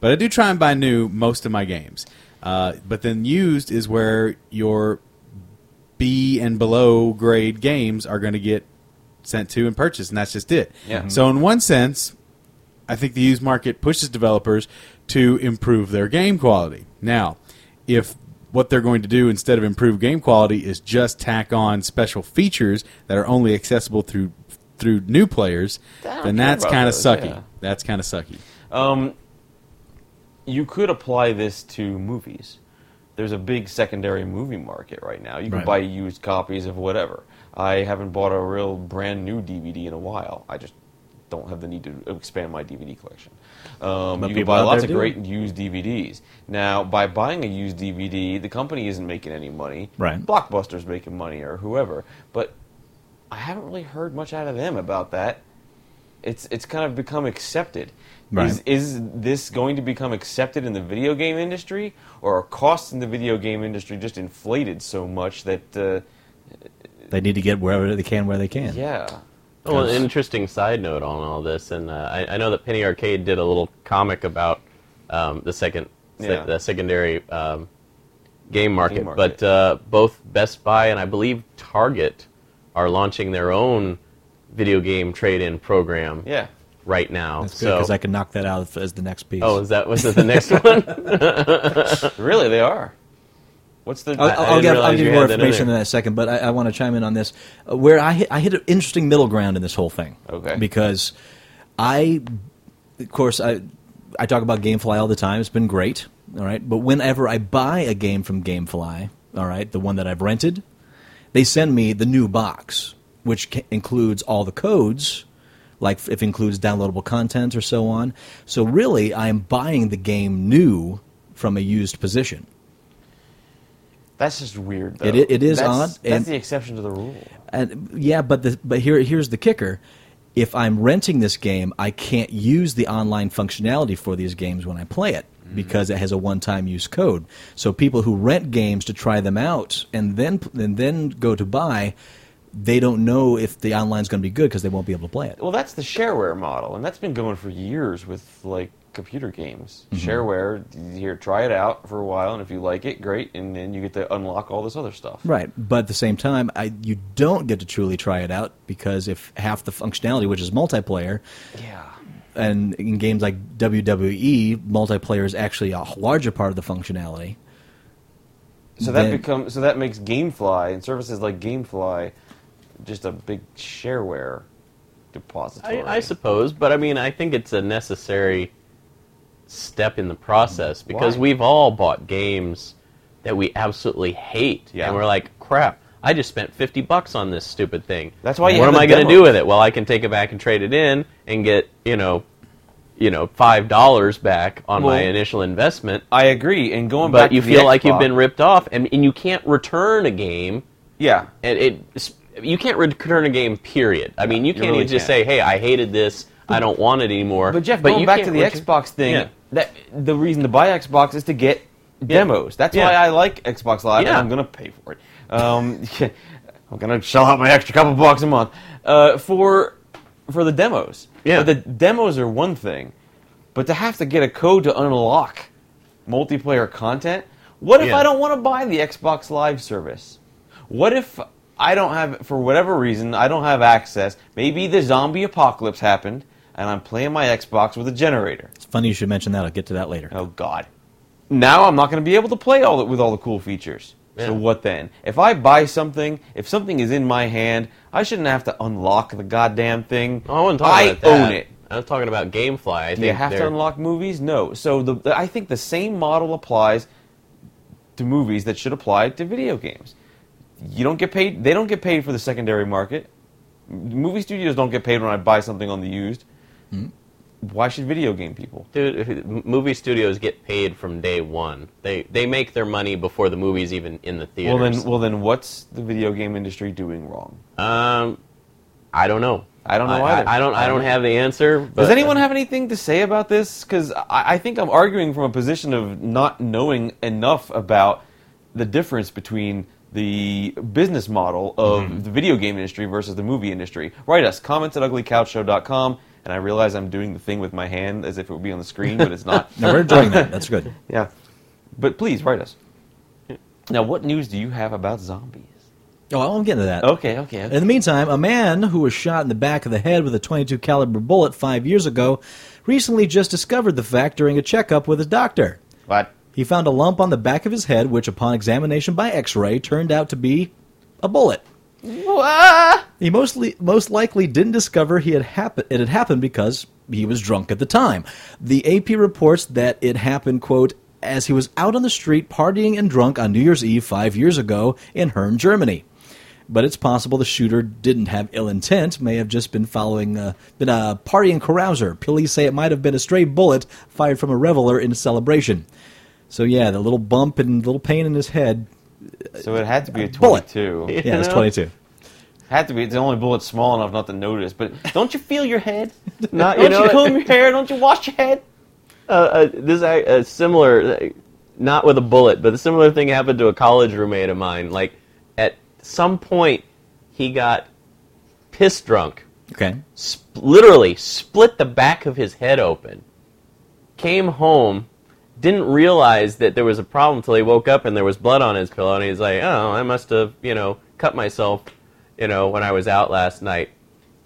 Speaker 1: But I do try and buy new most of my games. Uh, but then used is where your B and below grade games are going to get sent to and purchased, and that's just it.
Speaker 2: Yeah.
Speaker 1: So in one sense, I think the used market pushes developers to improve their game quality. Now, if what they're going to do instead of improve game quality is just tack on special features that are only accessible through through new players,
Speaker 2: I don't
Speaker 1: then
Speaker 2: care
Speaker 1: that's
Speaker 2: about
Speaker 1: kind of
Speaker 2: those,
Speaker 1: sucky.
Speaker 2: yeah.
Speaker 1: That's kind of sucky.
Speaker 2: Um, you could apply this to movies. There's a big secondary movie market right now. You can
Speaker 1: Right.
Speaker 2: buy used copies of whatever. I haven't bought a real brand new DVD in a while. I just don't have the need to expand my DVD collection. Um,
Speaker 3: But
Speaker 2: you can
Speaker 3: people
Speaker 2: buy
Speaker 3: out
Speaker 2: lots
Speaker 3: there
Speaker 2: of
Speaker 3: do.
Speaker 2: great used DVDs. Now, by buying a used DVD, the company isn't making any money.
Speaker 3: Right.
Speaker 2: Blockbuster's making money or whoever. But I haven't really heard much out of them about that. It's it's kind of become accepted.
Speaker 3: Right.
Speaker 2: Is is this going to become accepted in the video game industry, or are costs in the video game industry just inflated so much that uh,
Speaker 3: They need to get wherever they can, where they can.
Speaker 2: yeah?
Speaker 5: Well, an interesting side note on all this, and uh, I, I know that Penny Arcade did a little comic about um, the second, se-
Speaker 2: Yeah.
Speaker 5: the secondary um, game, market,
Speaker 2: market.
Speaker 5: But uh, both Best Buy and I believe Target are launching their own video game trade-in program
Speaker 2: Yeah.
Speaker 5: right now.
Speaker 3: That's good
Speaker 5: so,
Speaker 3: because I can knock that out as the next piece.
Speaker 5: oh, is that was it the next one?
Speaker 2: Really, they are. What's the?
Speaker 3: I'll,
Speaker 5: I
Speaker 3: I'll
Speaker 5: didn't
Speaker 3: give, I'll
Speaker 5: realize
Speaker 3: give
Speaker 5: you
Speaker 3: you more
Speaker 5: had that in
Speaker 3: information in
Speaker 5: there.
Speaker 3: a second, but I, I want to chime in on this. Uh, where I hit, I hit an interesting middle ground in this whole thing.
Speaker 2: Okay.
Speaker 3: Because I, of course, I, I talk about Gamefly all the time. It's been great. All right. But whenever I buy a game from Gamefly, all right, the one that I've rented, they send me the new box, which ca- includes all the codes, like if it includes downloadable content or so on. So really, I am buying the game new from a used position.
Speaker 2: that's just weird. Though.
Speaker 3: It i- it is
Speaker 2: that's,
Speaker 3: odd,
Speaker 2: That's
Speaker 3: and-
Speaker 2: the exception to the rule.
Speaker 3: And yeah, but the, but here here's the kicker: if I'm renting this game, I can't use the online functionality for these games when I play it because it has a one-time use code. So people who rent games to try them out and then and then go to buy, they don't know if the online's going to be good because they won't be able to play it.
Speaker 2: Well, that's the shareware model, and that's been going for years with like computer games.
Speaker 3: Mm-hmm.
Speaker 2: Shareware, here, try it out for a while, and if you like it, great, and then you get to unlock all this other stuff.
Speaker 3: Right, but at the same time, I, you don't get to truly try it out because if half the functionality, which is multiplayer,
Speaker 2: Yeah.
Speaker 3: and in games like WWE, multiplayer is actually a larger part of the functionality.
Speaker 2: So that
Speaker 3: Then-
Speaker 2: becomes so that makes GameFly and services like GameFly just a big shareware depository.
Speaker 5: I, I suppose, but I mean, I think it's a necessary step in the process because
Speaker 2: Why?
Speaker 5: we've all bought games that we absolutely hate,
Speaker 2: Yeah.
Speaker 5: and we're like, "Crap! I just spent fifty bucks on this stupid thing.
Speaker 2: That's why you
Speaker 5: what
Speaker 2: have
Speaker 5: am
Speaker 2: the
Speaker 5: I going to
Speaker 2: demo.
Speaker 5: do with it? Well, I can take it back and trade it in and get you know, you know, five dollars back on my
Speaker 2: Well-
Speaker 5: initial investment.
Speaker 2: I agree. And going back,
Speaker 5: But you
Speaker 2: to the
Speaker 5: feel like you've
Speaker 2: Xbox-
Speaker 5: been ripped off, and, and you can't return a game."
Speaker 2: yeah.
Speaker 5: and it you can't return a game. Period. I mean,
Speaker 2: you
Speaker 5: you can't
Speaker 2: really
Speaker 5: even just
Speaker 2: can't.
Speaker 5: say, "Hey, I hated this. I don't want it anymore."
Speaker 2: But Jeff,
Speaker 5: you
Speaker 2: going back
Speaker 5: can't
Speaker 2: to the
Speaker 5: return-
Speaker 2: Xbox thing,
Speaker 5: Yeah.
Speaker 2: that the reason to buy Xbox is to get demos. That's
Speaker 5: Yeah.
Speaker 2: why I like Xbox Live, and
Speaker 5: Yeah.
Speaker 2: I'm gonna pay for it. Um, I'm gonna shell out my extra couple bucks a month uh, for for the demos.
Speaker 5: Yeah.
Speaker 2: but the demos are one thing, but to have to get a code to unlock multiplayer content. What if
Speaker 5: Yeah.
Speaker 2: I don't want to buy the Xbox Live service? What if I don't have, for whatever reason, I don't have access? Maybe the zombie apocalypse happened, and I'm playing my Xbox with a generator.
Speaker 3: It's funny you should mention that. I'll get to that later.
Speaker 2: Oh God! Now I'm not going to be able to play all the, with all the cool features.
Speaker 5: Yeah.
Speaker 2: So what then? If I buy something, if something is in my hand, I shouldn't have to unlock the goddamn thing.
Speaker 5: Oh, I wasn't talking
Speaker 2: I
Speaker 5: about that.
Speaker 2: own it.
Speaker 5: I was talking about GameFly. I
Speaker 2: Do
Speaker 5: think
Speaker 2: you have to
Speaker 5: they're-
Speaker 2: unlock movies? No. So the, the- I think the same model applies to movies that should apply to video games. You don't get paid. They don't get paid for the secondary market. M- Movie studios don't get paid when I buy something on the used.
Speaker 5: Hmm.
Speaker 2: Why should video game people?
Speaker 5: Dude, if- m- movie studios get paid from day one. They they make their money before the movie's even in the
Speaker 2: Well
Speaker 5: theaters.
Speaker 2: then, well then, what's the video game industry doing wrong?
Speaker 5: um, I don't know.
Speaker 2: I don't know either.
Speaker 5: I, don't. I don't have the answer.
Speaker 2: Does
Speaker 5: but- uh,
Speaker 2: anyone have anything to say about this? Because I, I think I'm arguing from a position of not knowing enough about the difference between the business model of the video game industry versus the movie industry. Write us comments at uglycouchshow.com. And I realize I'm doing the thing with my hand as if it would be on the screen, but it's not.
Speaker 3: No, we're enjoying that. That's good.
Speaker 2: Yeah. But please write us. Now, what news do you have about zombies?
Speaker 3: Oh, I won't get into that.
Speaker 2: Okay, okay.
Speaker 3: In the meantime, a man who was shot in the back of the head with a 22 caliber bullet five years ago recently just discovered the fact during a checkup with his doctor.
Speaker 2: What?
Speaker 3: He found a lump on the back of his head, which, upon examination by X-ray, turned out to be a bullet. He mostly, most likely didn't discover he had happen, it had happened because he was drunk at the time. The AP reports that it happened, quote, as he was out on the street partying and drunk on New Year's Eve five years ago in Herne, Germany. But it's possible the shooter didn't have ill intent, may have just been following, uh, been a partying carouser. Police say it might have been a stray bullet fired from a reveler in celebration. So yeah, the little bump and little pain in his head.
Speaker 2: So it had to be a
Speaker 3: Bullet.
Speaker 2: 22.
Speaker 3: Yeah, it's
Speaker 5: know?
Speaker 3: 22.
Speaker 2: Had to be. It's the only bullet small enough not to notice. But don't you feel your head?
Speaker 5: Not,
Speaker 2: Don't you, comb your hair? Don't you wash your head?
Speaker 5: uh, uh, this is a, a similar, uh, not with a bullet, but a similar thing happened to a college roommate of mine. Like, at some point, he got piss drunk,
Speaker 3: Okay.
Speaker 5: sp- literally split the back of his head open, came home, didn't realize that there was a problem until he woke up and there was blood on his pillow, and he's like, oh, I must have, you know, cut myself, you know, when I was out last night.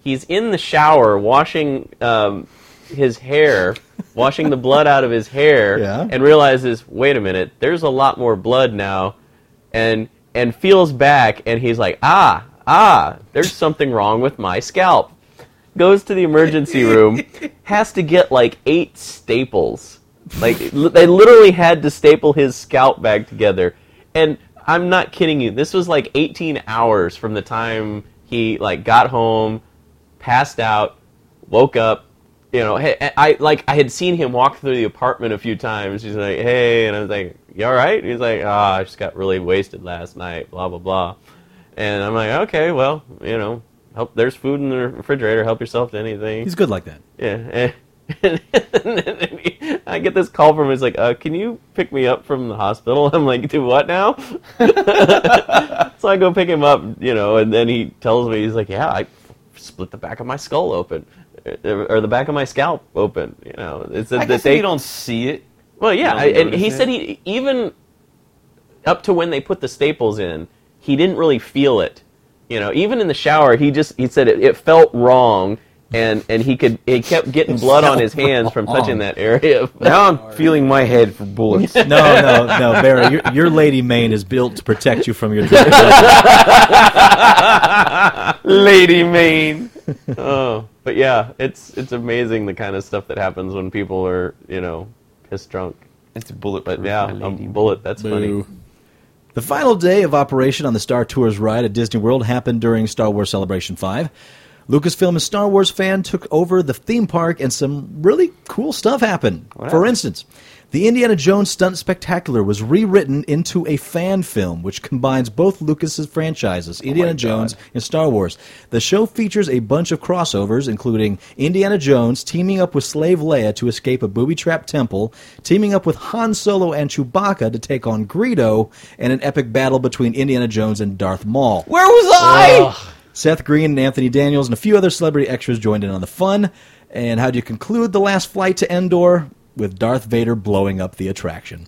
Speaker 5: He's in the shower washing um, his hair, washing the blood out of his hair,
Speaker 3: Yeah.
Speaker 5: and realizes, wait a minute, there's a lot more blood now, and and feels back, and he's like, ah, ah, there's something wrong with my scalp. Goes to the emergency room, has to get like eight staples. Like li- they literally had to staple his scalp back together. And I'm not kidding you. This was like 18 hours from the time he like got home, passed out, woke up. You know, hey, I like I had seen him walk through the apartment a few times. He's like, "Hey," and I was like, "You all right?" He's like, "Ah, I just got really wasted last night." Blah blah blah. And I'm like, "Okay, well, you know, help. There's food in the refrigerator. Help yourself to anything."
Speaker 3: He's good like that.
Speaker 5: Yeah. And, and he- I get this call from him. He's like, uh, "Can you pick me up from the hospital?" I'm like, "Do what now?" so I go pick him up, you know, and then he tells me, he's like, "Yeah, I split the back of my skull open, or or the back of my scalp open." You know, it's
Speaker 2: I
Speaker 5: that
Speaker 2: guess
Speaker 5: that they
Speaker 2: if you don't see it.
Speaker 5: well, yeah,
Speaker 2: don't
Speaker 5: I, and
Speaker 2: notice
Speaker 5: he
Speaker 2: it.
Speaker 5: said he even up to when they put the staples in, he didn't really feel it. You know, even in the shower, he just he said it, it felt wrong. and and he could he kept getting blood on his hands from touching that area.
Speaker 2: Now I'm feeling my head for bullets.
Speaker 3: No, no, no, Barry. Your, your lady mane is built to protect you from your. Drink.
Speaker 5: Lady Maine. oh, but yeah, it's it's amazing the kind of stuff that happens when people are you know pissed drunk.
Speaker 2: It's a bullet,
Speaker 5: But yeah, a bullet. That's funny.
Speaker 1: Boo.
Speaker 3: The final day of operation on the Star Tours ride at Disney World happened during Star Wars Celebration 5. Lucasfilm and Star Wars fan took over the theme park, and some really cool stuff happened. For
Speaker 2: happened?
Speaker 3: instance, the Indiana Jones Stunt Spectacular was rewritten into a fan film, which combines both Lucas's franchises, Indiana Jones and Star Wars. The show features a bunch of crossovers, including Indiana Jones teaming up with Slave Leia to escape a booby-trapped temple, teaming up with Han Solo and Chewbacca to take on Greedo, and an epic battle between Indiana Jones and Darth Maul.
Speaker 2: Where was I?
Speaker 3: Seth Green and Anthony Daniels and a few other celebrity extras joined in on the fun. And how do you conclude the last flight to Endor? With Darth Vader blowing up the attraction.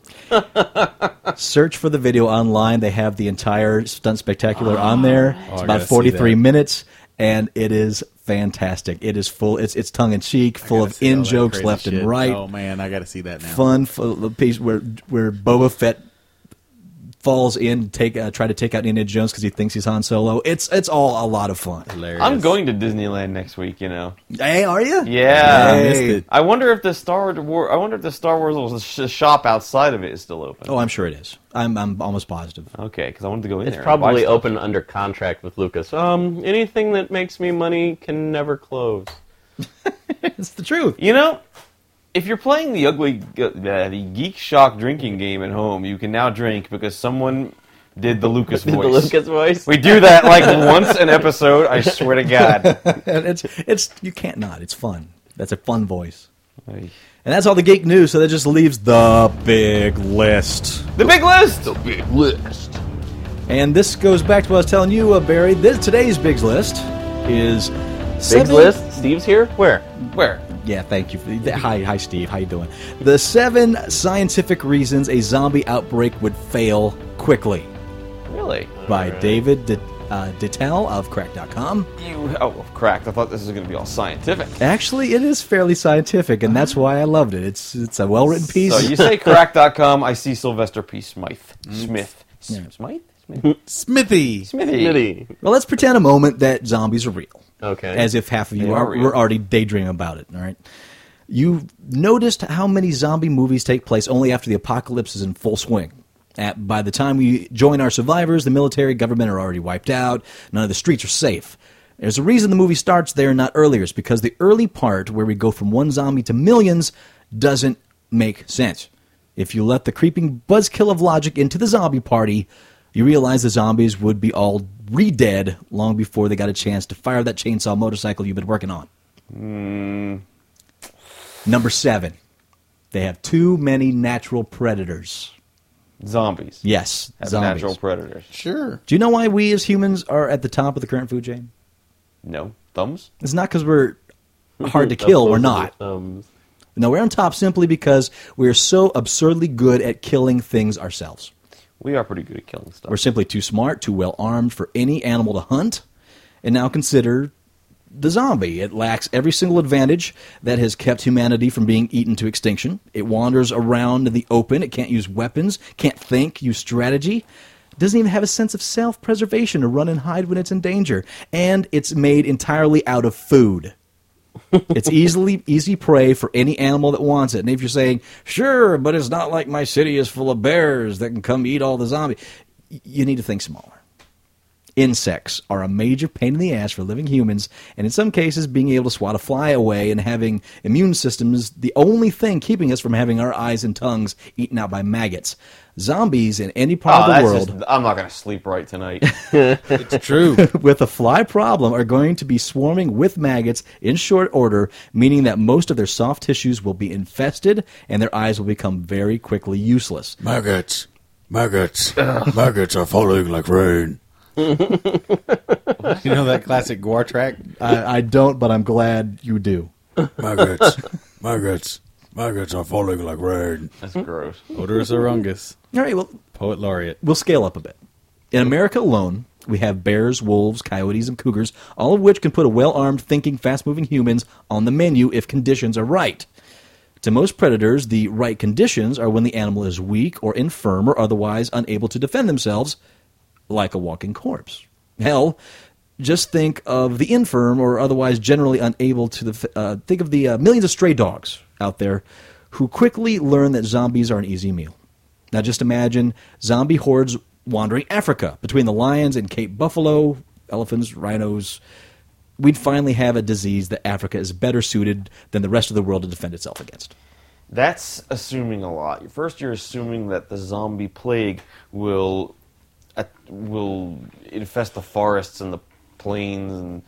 Speaker 3: Search for the video online. They have the entire stunt spectacular on there. It's
Speaker 1: Ah. Oh, I
Speaker 3: about
Speaker 1: gotta see
Speaker 3: 43
Speaker 1: that.
Speaker 3: minutes, and it is fantastic. It is full. It's it's tongue in cheek, full
Speaker 1: Gotta
Speaker 3: of
Speaker 1: see all
Speaker 3: in
Speaker 1: that
Speaker 3: jokes
Speaker 1: crazy
Speaker 3: left
Speaker 1: shit.
Speaker 3: and right
Speaker 1: Oh man, I got to see that now.
Speaker 3: fun full of piece where where Boba Fett falls in take uh, try to take out Indiana Jones because he thinks he's Han Solo. It's it's all a lot of fun.
Speaker 1: Hilarious.
Speaker 2: I'm going to Disneyland next week. You know.
Speaker 3: Hey, are you?
Speaker 2: Yeah.
Speaker 1: I missed it.
Speaker 2: I wonder if the Star Wars. I wonder if the Star Wars little sh- shop outside of it is still open.
Speaker 3: Oh, I'm sure it is. I'm I'm almost positive.
Speaker 2: Okay, because I wanted to go in
Speaker 5: Oh. It's
Speaker 2: there. and watch
Speaker 5: probably
Speaker 2: stuff.
Speaker 5: open under contract with Lucas. Um, anything that makes me money can never close.
Speaker 3: It's the truth.
Speaker 2: You know, if you're playing the ugly, uh, the Geek Shock drinking game at home, you can now drink because someone did the Lucas
Speaker 5: Did
Speaker 2: voice.
Speaker 5: the Lucas voice?
Speaker 2: We do that like once an episode. I swear to God.
Speaker 3: And it's it's you can't not. It's fun. That's a fun voice.
Speaker 2: the
Speaker 3: And that's all the geek news. So that just leaves the big list.
Speaker 2: big list.
Speaker 3: And this goes back to what I was telling you, uh, Barry. This, today's big list is
Speaker 5: Big
Speaker 3: seven-
Speaker 5: list. Steve's here. Where?
Speaker 2: Where?
Speaker 3: Yeah, thank you. for- Hi, hi, Steve. How you doing? The seven scientific reasons a zombie outbreak would fail quickly
Speaker 2: Really?
Speaker 3: by David De- uh, Detel of Crack.com.
Speaker 2: You? Oh, well, cracked. I thought this was going to be all scientific.
Speaker 3: Actually, it is fairly scientific, and that's why I loved it. It's it's a well written piece.
Speaker 2: So you say crack.com. I see Sylvester P. Smythe. Smith. S- Smythe. Smith.
Speaker 1: Smithy.
Speaker 2: Smithy.
Speaker 5: Nitty.
Speaker 3: well, let's pretend a moment that zombies are real.
Speaker 5: Okay.
Speaker 3: As if half of you
Speaker 2: They
Speaker 3: are,
Speaker 2: are real.
Speaker 3: were already daydreaming about it. All right. You've noticed how many zombie movies take place only after the apocalypse is in full swing. At, by the time we join our survivors, the military government are already wiped out. None of the streets are safe. There's a reason the movie starts there and not earlier. It's because the early part, where we go from one zombie to millions, doesn't make sense. If you let the creeping buzzkill of logic into the zombie party, you realize the zombies would be all re-dead long before they got a chance to fire that chainsaw motorcycle you've been working on. Number seven, they have too many natural predators.
Speaker 2: Zombies.
Speaker 3: Yes,
Speaker 2: As
Speaker 3: zombies.
Speaker 2: natural predators.
Speaker 1: Sure.
Speaker 3: Do you know why we as humans are at the top of the current food chain?
Speaker 2: No thumbs.
Speaker 3: It's not because we're hard to
Speaker 5: Up
Speaker 3: kill. We're
Speaker 5: close
Speaker 3: not.
Speaker 5: to the thumbs.
Speaker 3: No, we're on top simply because we are so absurdly good at killing things ourselves.
Speaker 2: We are pretty good at killing stuff.
Speaker 3: We're simply too smart, too well armed for any animal to hunt. And now consider the zombie. It lacks every single advantage that has kept humanity from being eaten to extinction. It wanders around in the open. It can't use weapons, can't think, use strategy. It doesn't even have a sense of self preservation to run and hide when it's in danger. And it's made entirely out of food. it's easily easy prey for any animal that wants it. And if you're saying, sure, but it's not like my city is full of bears that can come eat all the zombie, y- you need to think smaller. Insects are a major pain in the ass for living humans, and in some cases, being able to swat a fly away and having immune systems the only thing keeping us from having our eyes and tongues eaten out by maggots. Zombies in any
Speaker 2: Oh,
Speaker 3: part of
Speaker 2: that's
Speaker 3: the world
Speaker 2: just- I'm not going to sleep right tonight.
Speaker 1: It's true.
Speaker 3: with a fly problem are going to be swarming with maggots in short order, meaning that most of their soft tissues will be infested and their eyes will become very quickly useless.
Speaker 4: Maggots. Maggots. Maggots are falling like rain.
Speaker 1: you know that classic Guar track?
Speaker 3: I, I don't, but I'm glad you do.
Speaker 4: Maggots. Maggots. Maggots are falling like rain.
Speaker 2: That's gross.
Speaker 1: Odorous Arungus,
Speaker 3: All right, well,
Speaker 1: poet laureate.
Speaker 3: we'll scale up a bit. In America alone, we have bears, wolves, coyotes, and cougars, all of which can put a well armed, thinking, fast moving humans on the menu if conditions are right. To most predators, the right conditions are when the animal is weak or infirm or otherwise unable to defend themselves, like a walking corpse. Hell, just think of the infirm or otherwise generally unable to def- uh, think of the uh, millions of stray dogs out there who quickly learn that zombies are an easy meal. Now just imagine zombie hordes wandering Africa between the lions and Cape buffalo, elephants, rhinos. We'd finally have a disease that Africa is better suited than the rest of the world to defend itself against.
Speaker 2: That's assuming a lot. First, you're assuming that the zombie plague will uh, will infest the forests and the plains, and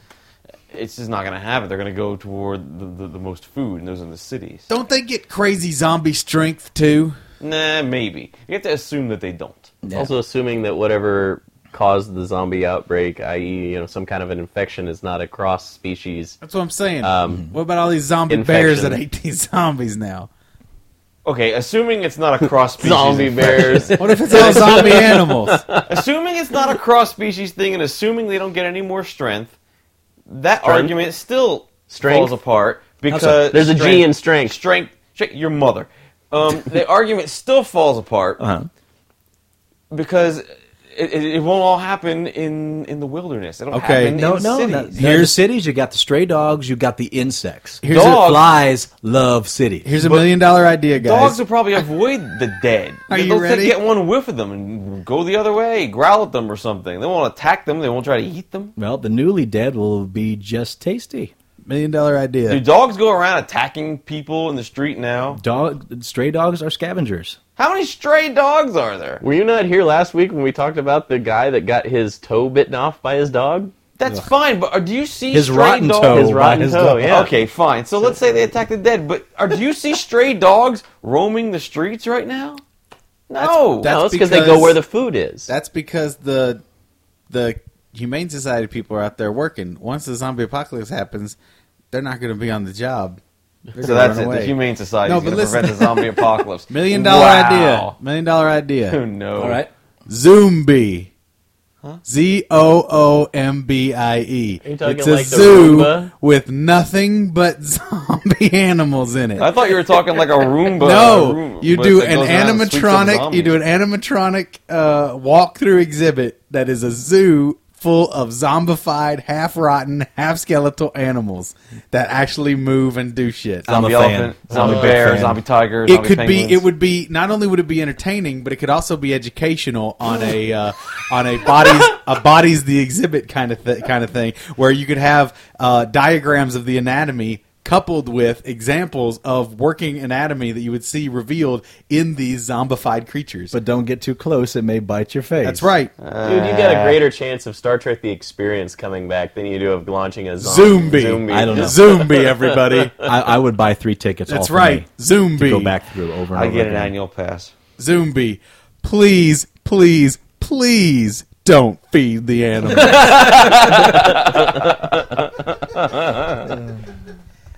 Speaker 2: it's just not going to happen. They're going to go toward the, the, the most food, and those are the cities.
Speaker 1: Don't they get crazy zombie strength too?
Speaker 2: Nah, maybe you have to assume that they don't.
Speaker 5: Also, assuming that whatever caused the zombie outbreak, i.e., you know, some kind of an infection, is not a cross species.
Speaker 1: That's what I'm saying.
Speaker 2: Um,
Speaker 1: what about all these zombie bears that
Speaker 5: infection.
Speaker 1: ate these zombies now?
Speaker 2: Okay, assuming it's not a cross species.
Speaker 5: Zombie bears.
Speaker 1: What if it's all zombie animals?
Speaker 2: assuming it's not a cross species thing, and assuming they don't get any more strength, that argument still
Speaker 5: Strength?
Speaker 2: falls apart because
Speaker 5: There's a G in strength.
Speaker 2: Strength, strength your mother. Um, the argument still falls apart
Speaker 5: Uh-huh.
Speaker 2: because it, it, it won't all happen in in the wilderness. It'll
Speaker 1: Okay.
Speaker 2: happen
Speaker 1: No,
Speaker 2: in
Speaker 3: no,
Speaker 2: cities.
Speaker 3: no.
Speaker 1: Here's-
Speaker 3: Here's cities. You got the stray dogs. You got the insects.
Speaker 1: Here's
Speaker 2: a-
Speaker 3: Dogs- flies love cities.
Speaker 1: Here's a million dollar idea, guys.
Speaker 2: Dogs will probably avoid the dead.
Speaker 1: Are you
Speaker 2: They'll
Speaker 1: ready?
Speaker 2: get one whiff of them and go the other way, growl at them or something. They won't attack them. They won't try to eat them.
Speaker 3: well, the newly dead will be just tasty.
Speaker 1: million dollar idea.
Speaker 2: Do dogs go around attacking people in the street now?
Speaker 3: Dog, stray dogs are scavengers.
Speaker 2: How many stray dogs are there?
Speaker 5: Were you not here last week when we talked about the guy that got his toe bitten off by his dog?
Speaker 2: That's fine, but are, do you see
Speaker 3: His
Speaker 2: stray
Speaker 3: rotten
Speaker 2: dogs?
Speaker 3: toe.
Speaker 5: His rotten
Speaker 3: by his
Speaker 5: toe,
Speaker 3: dog.
Speaker 5: yeah.
Speaker 2: Okay, fine. So let's say they attack the dead, but are, do you see stray dogs roaming the streets right now? No.
Speaker 1: That's
Speaker 5: no, it's because they
Speaker 1: because-
Speaker 5: go where the food is.
Speaker 1: That's because the the humane society people are out there working. Once the zombie apocalypse happens, they're not going to be on the job. They're
Speaker 2: so
Speaker 1: gonna
Speaker 2: that's
Speaker 1: run
Speaker 2: it. The
Speaker 1: away.
Speaker 2: Humane Society
Speaker 1: No,
Speaker 2: is
Speaker 1: but
Speaker 2: going to prevent the
Speaker 1: listen.
Speaker 2: zombie apocalypse.
Speaker 1: Million dollar
Speaker 2: Wow.
Speaker 1: idea. Million dollar
Speaker 2: Who
Speaker 1: idea.
Speaker 2: knows?
Speaker 3: All right.
Speaker 1: Zombie. Z O O M B I E.
Speaker 5: you talking
Speaker 1: It's a
Speaker 5: like the
Speaker 1: zoo
Speaker 5: Roomba?
Speaker 1: with nothing but zombie animals in it.
Speaker 2: I thought you were talking like a Roomba. a
Speaker 1: No,
Speaker 2: room-
Speaker 1: you
Speaker 2: but
Speaker 1: do
Speaker 2: that
Speaker 1: an
Speaker 2: goes around and sweeps up
Speaker 1: animatronic. You
Speaker 2: zombies.
Speaker 1: do an animatronic uh, walkthrough exhibit that is a zoo full of zombified, half rotten, half skeletal animals that actually move and do shit.
Speaker 3: I'm a
Speaker 2: zombie
Speaker 3: fan.
Speaker 2: elephant,
Speaker 3: I'm a
Speaker 2: zombie
Speaker 3: big
Speaker 2: bear,
Speaker 3: fan.
Speaker 2: zombie tiger.
Speaker 1: it
Speaker 2: zombie
Speaker 1: could
Speaker 2: penguins.
Speaker 1: be. It would be. Not only would it be entertaining, but it could also be educational on a uh, on a bodies a bodies the exhibit kind of th- kind of thing, where you could have uh, diagrams of the anatomy coupled with examples of working anatomy that you would see revealed in these zombified creatures.
Speaker 3: But don't get too close; it may bite your face.
Speaker 1: that's right,
Speaker 3: Uh,
Speaker 5: Dude, you got a greater chance of Star Trek The Experience coming back than you do of launching a
Speaker 1: Zombie.
Speaker 5: zombie. Zombie.
Speaker 3: I don't know.
Speaker 1: Zombie, everybody.
Speaker 3: I, I would buy three tickets. all
Speaker 1: That's
Speaker 3: for
Speaker 1: right,
Speaker 3: me
Speaker 1: Zombie.
Speaker 3: To go back through over. And
Speaker 2: I
Speaker 3: over
Speaker 2: get an
Speaker 3: again.
Speaker 2: annual pass.
Speaker 1: Zombie, please, please, please don't feed the animals.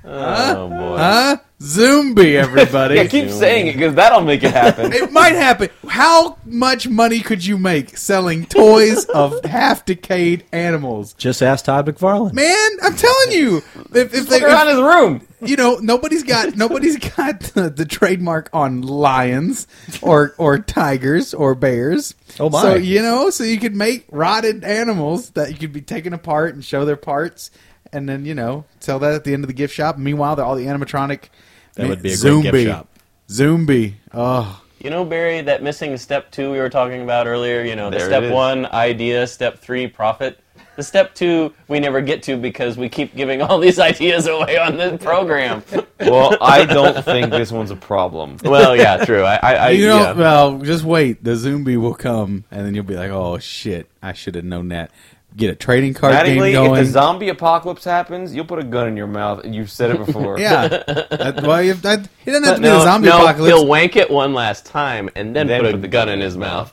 Speaker 5: Oh, boy.
Speaker 1: Huh? Zombie, everybody.
Speaker 2: Yeah, keep saying it because that'll make it happen.
Speaker 1: it might happen. How much money could you make selling toys of half decayed animals?
Speaker 3: Just ask Todd McFarlane.
Speaker 1: Man, I'm telling you, if, if they,
Speaker 2: Look around his room.
Speaker 1: you know, nobody's got nobody's got the, the trademark on lions or or tigers or bears.
Speaker 3: Oh, my.
Speaker 1: So you know, so you could make rotted animals that you could be taken apart and show their parts, and then you know sell that at the end of the gift shop. Meanwhile, they're all the animatronic.
Speaker 3: That would be a great gift shop.
Speaker 1: Zombie. Oh,
Speaker 5: You know, Barry, that missing step two we were talking about earlier, you know, the
Speaker 2: There it
Speaker 5: step
Speaker 2: is.
Speaker 5: one, idea, step three, profit. The step two, we never get to because we keep giving all these ideas away on the program.
Speaker 2: Well, I don't think this one's a problem.
Speaker 5: well, yeah, true. I, I, I
Speaker 1: you know,
Speaker 5: yeah.
Speaker 1: well, just wait. The zombie will come, and then you'll be like, "Oh shit, I should have known that." Get a trading card
Speaker 2: Mattingly,
Speaker 1: game going.
Speaker 2: if the zombie apocalypse happens, you'll put a gun in your mouth. You've said it before.
Speaker 1: yeah, That- well, if that, it doesn't have to be
Speaker 5: no,
Speaker 1: the zombie
Speaker 5: no,
Speaker 1: apocalypse.
Speaker 5: he'll wank it one last time and then,
Speaker 2: Then
Speaker 5: put,
Speaker 2: put
Speaker 5: the
Speaker 2: the
Speaker 5: gun in his mouth.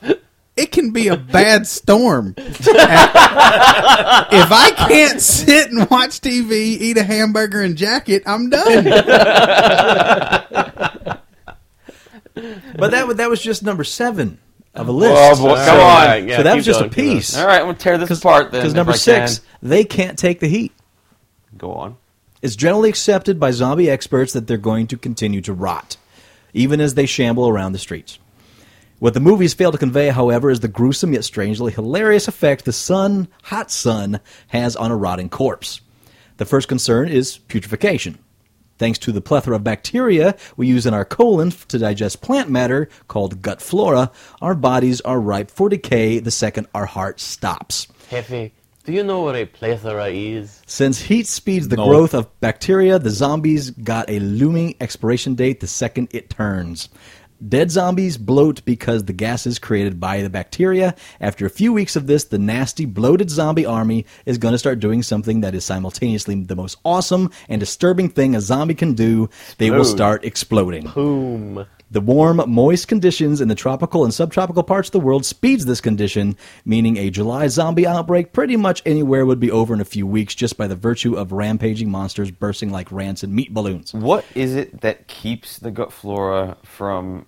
Speaker 1: it can be a bad storm. And if I can't sit and watch TV, eat a hamburger and jacket, I'm done.
Speaker 3: But that wa- that was just number seven. of a list.
Speaker 2: Oh, boy. Come on.
Speaker 5: yeah,
Speaker 3: so that
Speaker 5: keep
Speaker 3: was just a
Speaker 5: going, keep going.
Speaker 3: piece.
Speaker 2: All right, I'm gonna tear this apart then.
Speaker 3: Because
Speaker 2: if
Speaker 3: number
Speaker 2: I
Speaker 3: six,
Speaker 2: can.
Speaker 3: they can't take the heat.
Speaker 2: Go on.
Speaker 3: It's generally accepted by zombie experts that they're going to continue to rot, even as they shamble around the streets. What the movies fail to convey, however, is the gruesome yet strangely hilarious effect the sun, hot sun, has on a rotting corpse. The first concern is putrefaction. Thanks to the plethora of bacteria we use in our colon f- to digest plant matter called gut flora, our bodies are ripe for decay the second our heart stops.
Speaker 5: Hefe, do you know what a plethora is?
Speaker 3: Since heat speeds the
Speaker 1: No.
Speaker 3: growth of bacteria, the zombies got a looming expiration date the second it turns. Dead zombies bloat because the gases created by the bacteria. After a few weeks of this, the nasty, bloated zombie army is going to start doing something that is simultaneously the most awesome and disturbing thing a zombie can do. They will
Speaker 5: Explode.
Speaker 3: start exploding.
Speaker 5: Boom.
Speaker 3: The warm, moist conditions in the tropical and subtropical parts of the world speeds this condition, meaning a July zombie outbreak pretty much anywhere would be over in a few weeks just by the virtue of rampaging monsters bursting like rancid meat balloons.
Speaker 2: What is it that keeps the gut flora from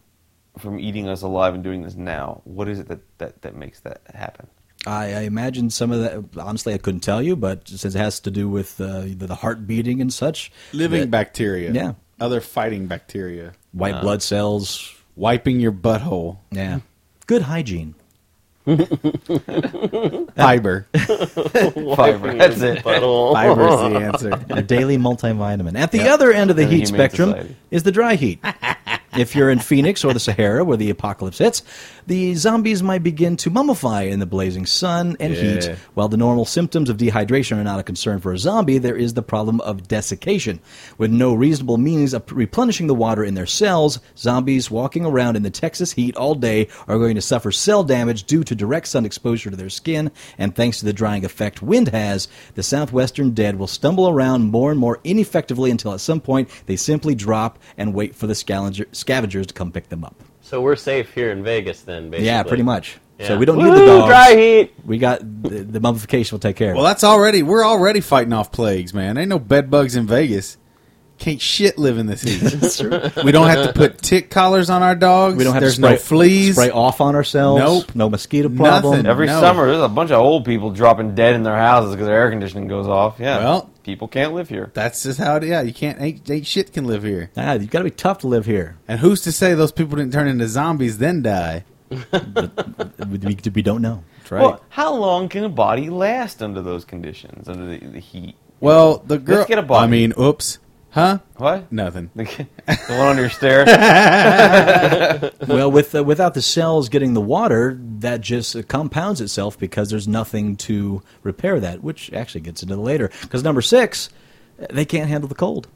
Speaker 2: from eating us alive and doing this now? What is it that that, that makes that happen?
Speaker 3: I, I imagine some of that, honestly, I couldn't tell you, but since it has to do with uh, the, the heart beating and such,
Speaker 1: Living
Speaker 3: that-
Speaker 1: bacteria.
Speaker 3: Yeah.
Speaker 1: Other fighting bacteria.
Speaker 3: white blood cells,
Speaker 1: Wiping your butthole.
Speaker 3: yeah. Good hygiene.
Speaker 1: Fiber.
Speaker 2: Fiber. That's it.
Speaker 5: Puddle.
Speaker 1: Fiber's the answer.
Speaker 3: a daily multivitamin. At the other end of the
Speaker 2: In the
Speaker 3: heat
Speaker 2: Humane
Speaker 3: spectrum
Speaker 2: Society.
Speaker 3: is the dry heat. if you're in Phoenix or the Sahara where the apocalypse hits, the zombies might begin to mummify in the blazing sun and
Speaker 1: Yeah.
Speaker 3: heat. While the normal symptoms of dehydration are not a concern for a zombie, there is the problem of desiccation. With no reasonable means of replenishing the water in their cells, zombies walking around in the Texas heat all day are going to suffer cell damage due to direct sun exposure to their skin, and thanks to the drying effect wind has, the southwestern dead will stumble around more and more ineffectively until at some point they simply drop and wait for the scavenger- scavengers to come pick them up.
Speaker 5: So we're safe here in Vegas then, basically.
Speaker 3: Yeah, pretty much. So
Speaker 5: Yeah.
Speaker 3: we don't need the
Speaker 5: Woo,
Speaker 3: dogs.
Speaker 5: Dry heat.
Speaker 3: We got the, the mummification will take care of it.
Speaker 1: Well, that's already we're already fighting off plagues, man. Ain't no bed bugs in Vegas. Can't shit live in this heat.
Speaker 3: That's true.
Speaker 1: we don't have to put tick collars on our dogs.
Speaker 3: We don't have
Speaker 1: There's
Speaker 3: to spray,
Speaker 1: no fleas.
Speaker 3: spray off on ourselves.
Speaker 1: Nope.
Speaker 3: No mosquito problem.
Speaker 1: Nothing.
Speaker 2: Every
Speaker 1: No.
Speaker 2: summer, there's a bunch of old people dropping dead in their houses because their air conditioning goes off. Yeah,
Speaker 1: Well-
Speaker 2: people can't live here.
Speaker 1: That's just how it. Yeah, you can't. Ain't, ain't shit can live here.
Speaker 3: Ah, you've got to be tough to live here.
Speaker 1: And who's to say those people didn't turn into zombies then die?
Speaker 3: We, we- we don't know.
Speaker 1: That's right.
Speaker 2: Well, how long can a body last under those conditions, under the, the heat?
Speaker 1: Well, the girl.
Speaker 2: get a body.
Speaker 1: I mean, oops. Huh?
Speaker 2: What?
Speaker 1: Nothing.
Speaker 2: the one on your stair.
Speaker 3: well, with uh, without the cells getting the water, that just uh, compounds itself because there's nothing to repair that, which actually gets into the later. Because number six, uh, they can't handle the cold.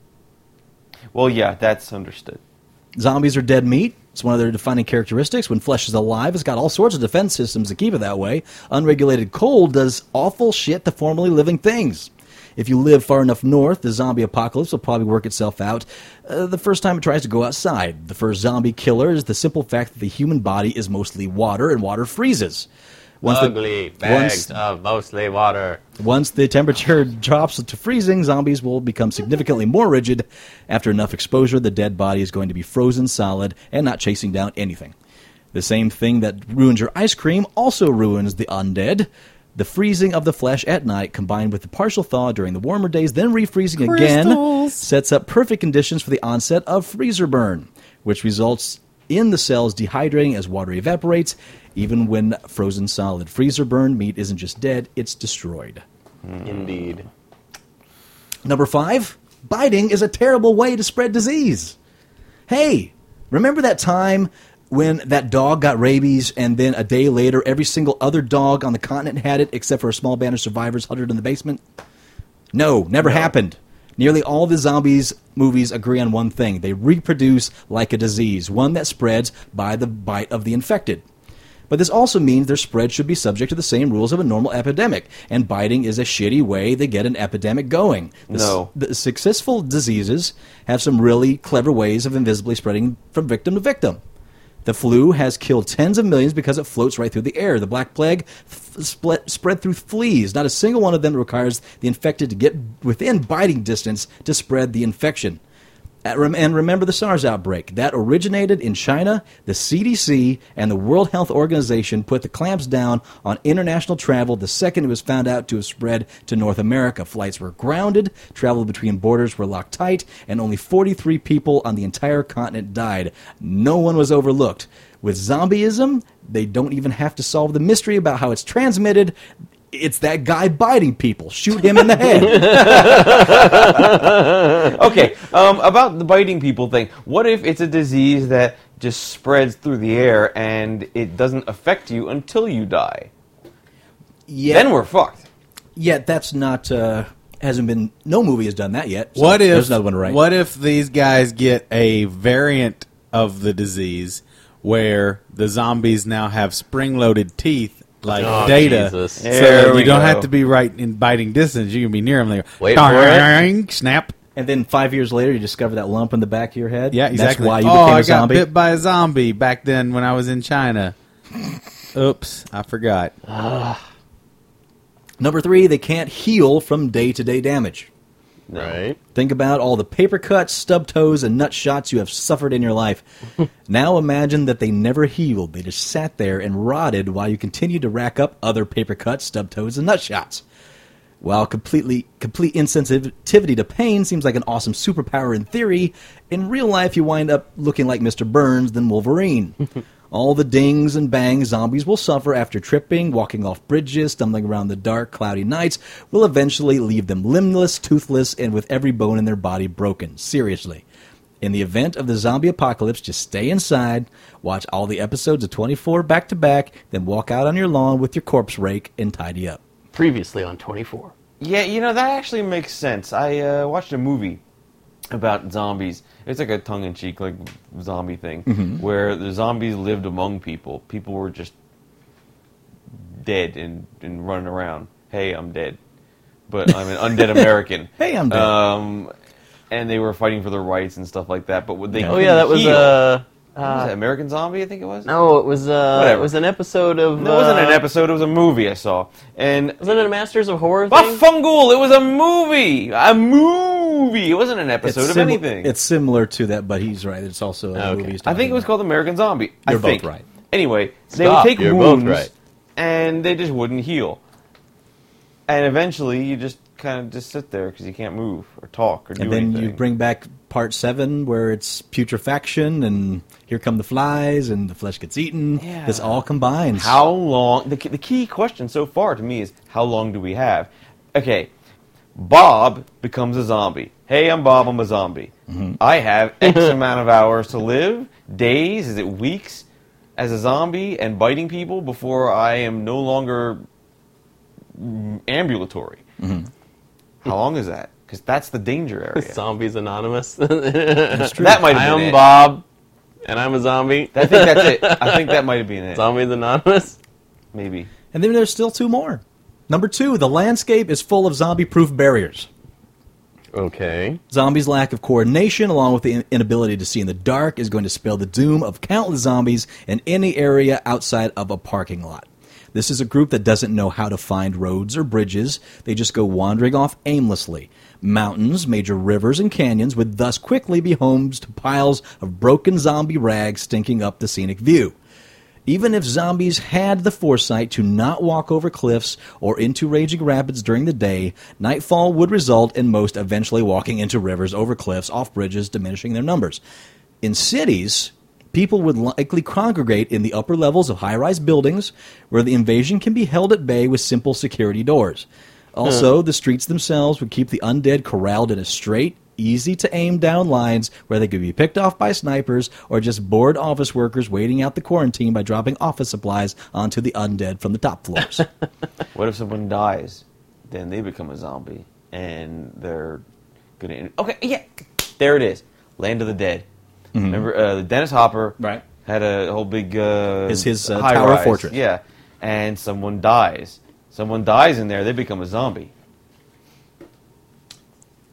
Speaker 2: well, yeah, that's understood.
Speaker 3: Zombies are dead meat. It's one of their defining characteristics. When flesh is alive, it's got all sorts of defense systems to keep it that way. Unregulated cold does awful shit to formerly living things. If you live far enough north, the zombie apocalypse will probably work itself out uh, the first time it tries to go outside. The first zombie killer is the simple fact that the human body is mostly water and water freezes. Once the-
Speaker 5: Ugly
Speaker 3: once-
Speaker 5: bags of mostly water.
Speaker 3: once the temperature drops to freezing, zombies will become significantly more rigid. After enough exposure, the dead body is going to be frozen solid and not chasing down anything. The same thing that ruins your ice cream also ruins the undead. The freezing of the flesh at night, combined with the partial thaw during the warmer days, then refreezing again,
Speaker 1: Crystals.
Speaker 3: sets up perfect conditions for the onset of freezer burn, which results in the cells dehydrating as water evaporates, even when frozen solid. Freezer burn meat isn't just dead, it's destroyed.
Speaker 5: Indeed.
Speaker 3: Number five, biting is a terrible way to spread disease. Hey, remember that time when that dog got rabies and then a day later every single other dog on the continent had it except for a small band of survivors huddled in the basement? No, never happened. Nearly all the zombies movies agree on one thing. They reproduce like a disease, one that spreads by the bite of the infected. But this also means their spread should be subject to the same rules of a normal epidemic, and biting is a shitty way to get an epidemic going. The s-
Speaker 2: No.
Speaker 3: the successful diseases have some really clever ways of invisibly spreading from victim to victim. The flu has killed tens of millions because it floats right through the air. The Black Plague f- split, spread through fleas. Not a single one of them requires the infected to get within biting distance to spread the infection. At rem- And remember the SARS outbreak. That originated in China. The CDC and the World Health Organization put the clamps down on international travel the second it was found out to have spread to North America. Flights were grounded, travel between borders were locked tight, and only 43 people on the entire continent died. No one was overlooked. With zombieism, they don't even have to solve the mystery about how it's transmitted. It's that guy biting people. Shoot him in the head.
Speaker 2: Okay, um, about the biting people thing. What if it's a disease that just spreads through the air and it doesn't affect you until you die?
Speaker 3: Yeah.
Speaker 2: Then we're fucked.
Speaker 3: Yet that's not uh, hasn't been. No movie has done that yet. so
Speaker 1: what if
Speaker 3: there's another one right?
Speaker 1: What if these guys get a variant of the disease where the zombies now have spring-loaded teeth like
Speaker 5: Oh,
Speaker 1: data?
Speaker 5: Jesus.
Speaker 1: So
Speaker 2: There
Speaker 1: you
Speaker 2: we
Speaker 1: don't
Speaker 2: go.
Speaker 1: have to be right in biting distance. You can be near them. There,
Speaker 5: Wait for it.
Speaker 1: Snap.
Speaker 3: And then five years later, you discover that lump in the back of your head.
Speaker 1: Yeah,
Speaker 3: And
Speaker 1: exactly.
Speaker 3: That's why you
Speaker 1: oh,
Speaker 3: became
Speaker 1: I
Speaker 3: a zombie.
Speaker 1: got bit by a zombie back then when I was in China. Oops, I forgot.
Speaker 3: Number three, they can't heal from day to day damage.
Speaker 2: Mm,
Speaker 5: Right.
Speaker 3: Think about all the paper cuts, stub toes, and nut shots you have suffered in your life. now imagine that they never healed. They just sat there and rotted while you continued to rack up other paper cuts, stub toes, and nut shots. While completely complete insensitivity to pain seems like an awesome superpower in theory, in real life you wind up looking like Mr. Burns than Wolverine. All the dings and bangs zombies will suffer after tripping, walking off bridges, stumbling around the dark, cloudy nights will eventually leave them limbless, toothless, and with every bone in their body broken. Seriously. In the event of the zombie apocalypse, just stay inside, watch all the episodes of 24 back to back, then walk out on your lawn with your corpse rake and tidy up.
Speaker 5: Previously on 24.
Speaker 2: Yeah, you know, that actually makes sense. I uh, watched a movie about zombies. It's like a tongue in cheek, like zombie thing,
Speaker 5: Mm-hmm.
Speaker 2: where the zombies lived among people. People were just dead and, and running around. Hey, I'm dead. But I'm an undead American.
Speaker 3: Hey, I'm dead.
Speaker 2: Um, and they were fighting for their rights and stuff like that. But what they
Speaker 5: Oh yeah, that was
Speaker 2: heal.
Speaker 5: uh,
Speaker 2: What was
Speaker 5: uh
Speaker 2: that, American Zombie, I think it was.
Speaker 5: no, it was uh,
Speaker 2: Whatever.
Speaker 5: it was an episode of.
Speaker 2: it wasn't an
Speaker 5: uh,
Speaker 2: episode. It was a movie I saw. And
Speaker 5: Wasn't it a Masters of Horror
Speaker 2: What
Speaker 5: thing?
Speaker 2: fungal? It was a movie. A movie. It wasn't an episode of
Speaker 3: simi-
Speaker 2: anything.
Speaker 3: It's similar to that, but he's right. It's also a
Speaker 5: Okay.
Speaker 3: movie. he's
Speaker 2: I think
Speaker 3: talking
Speaker 2: it was
Speaker 3: about.
Speaker 2: called American Zombie.
Speaker 3: You're
Speaker 2: I
Speaker 3: both
Speaker 2: think.
Speaker 3: right.
Speaker 2: Anyway,
Speaker 5: Stop.
Speaker 2: they would take
Speaker 5: You're both
Speaker 2: wounds
Speaker 5: right.
Speaker 2: and they just wouldn't heal. And eventually, you just kind of just sit there because you can't move or talk or do
Speaker 3: And then
Speaker 2: anything.
Speaker 3: you bring back part seven, where it's putrefaction, and here come the flies, and the flesh gets eaten.
Speaker 2: Yeah.
Speaker 3: This all combines.
Speaker 2: How long? The, the key question so far to me is how long do we have? Okay, Bob becomes a zombie. Hey, I'm Bob. I'm a zombie. I have X amount of hours to live. Days? Is it weeks? As a zombie and biting people before I am no longer mm, ambulatory. How long is that? Because that's the danger area.
Speaker 5: Zombies Anonymous. That's
Speaker 3: true.
Speaker 2: That might
Speaker 5: I
Speaker 2: have
Speaker 5: am
Speaker 2: been it.
Speaker 5: Bob, and I'm a zombie.
Speaker 2: I think that's it. I think that might have been it.
Speaker 5: Zombies Anonymous.
Speaker 2: Maybe.
Speaker 3: And then there's still two more. Number two, the landscape is full of zombie-proof barriers.
Speaker 5: Okay.
Speaker 3: Zombies' lack of coordination, along with the in- inability to see in the dark, is going to spell the doom of countless zombies in any area outside of a parking lot. This is a group that doesn't know how to find roads or bridges. They just go wandering off aimlessly. Mountains, major rivers, and canyons would thus quickly be homes to piles of broken zombie rags stinking up the scenic view. Even if zombies had the foresight to not walk over cliffs or into raging rapids during the day, nightfall would result in most eventually walking into rivers, over cliffs, off bridges, diminishing their numbers. In cities, people would likely congregate in the upper levels of high rise buildings where the invasion can be held at bay with simple security doors. Also, the streets themselves would keep the undead corralled in a straight, easy to aim down lines where they could be picked off by snipers or just bored office workers waiting out the quarantine by dropping office supplies onto the undead from the top floors.
Speaker 2: What if someone dies? Then they become a zombie and they're gonna. Okay, yeah, there it is. Land of the Dead. Remember, uh, Dennis Hopper
Speaker 3: Mm-hmm. Right.
Speaker 2: had a whole big uh,
Speaker 3: Is his, uh,
Speaker 2: high
Speaker 3: Tower
Speaker 2: rise.
Speaker 3: Fortress.
Speaker 2: Yeah, and someone dies. Someone dies in there. They become a zombie.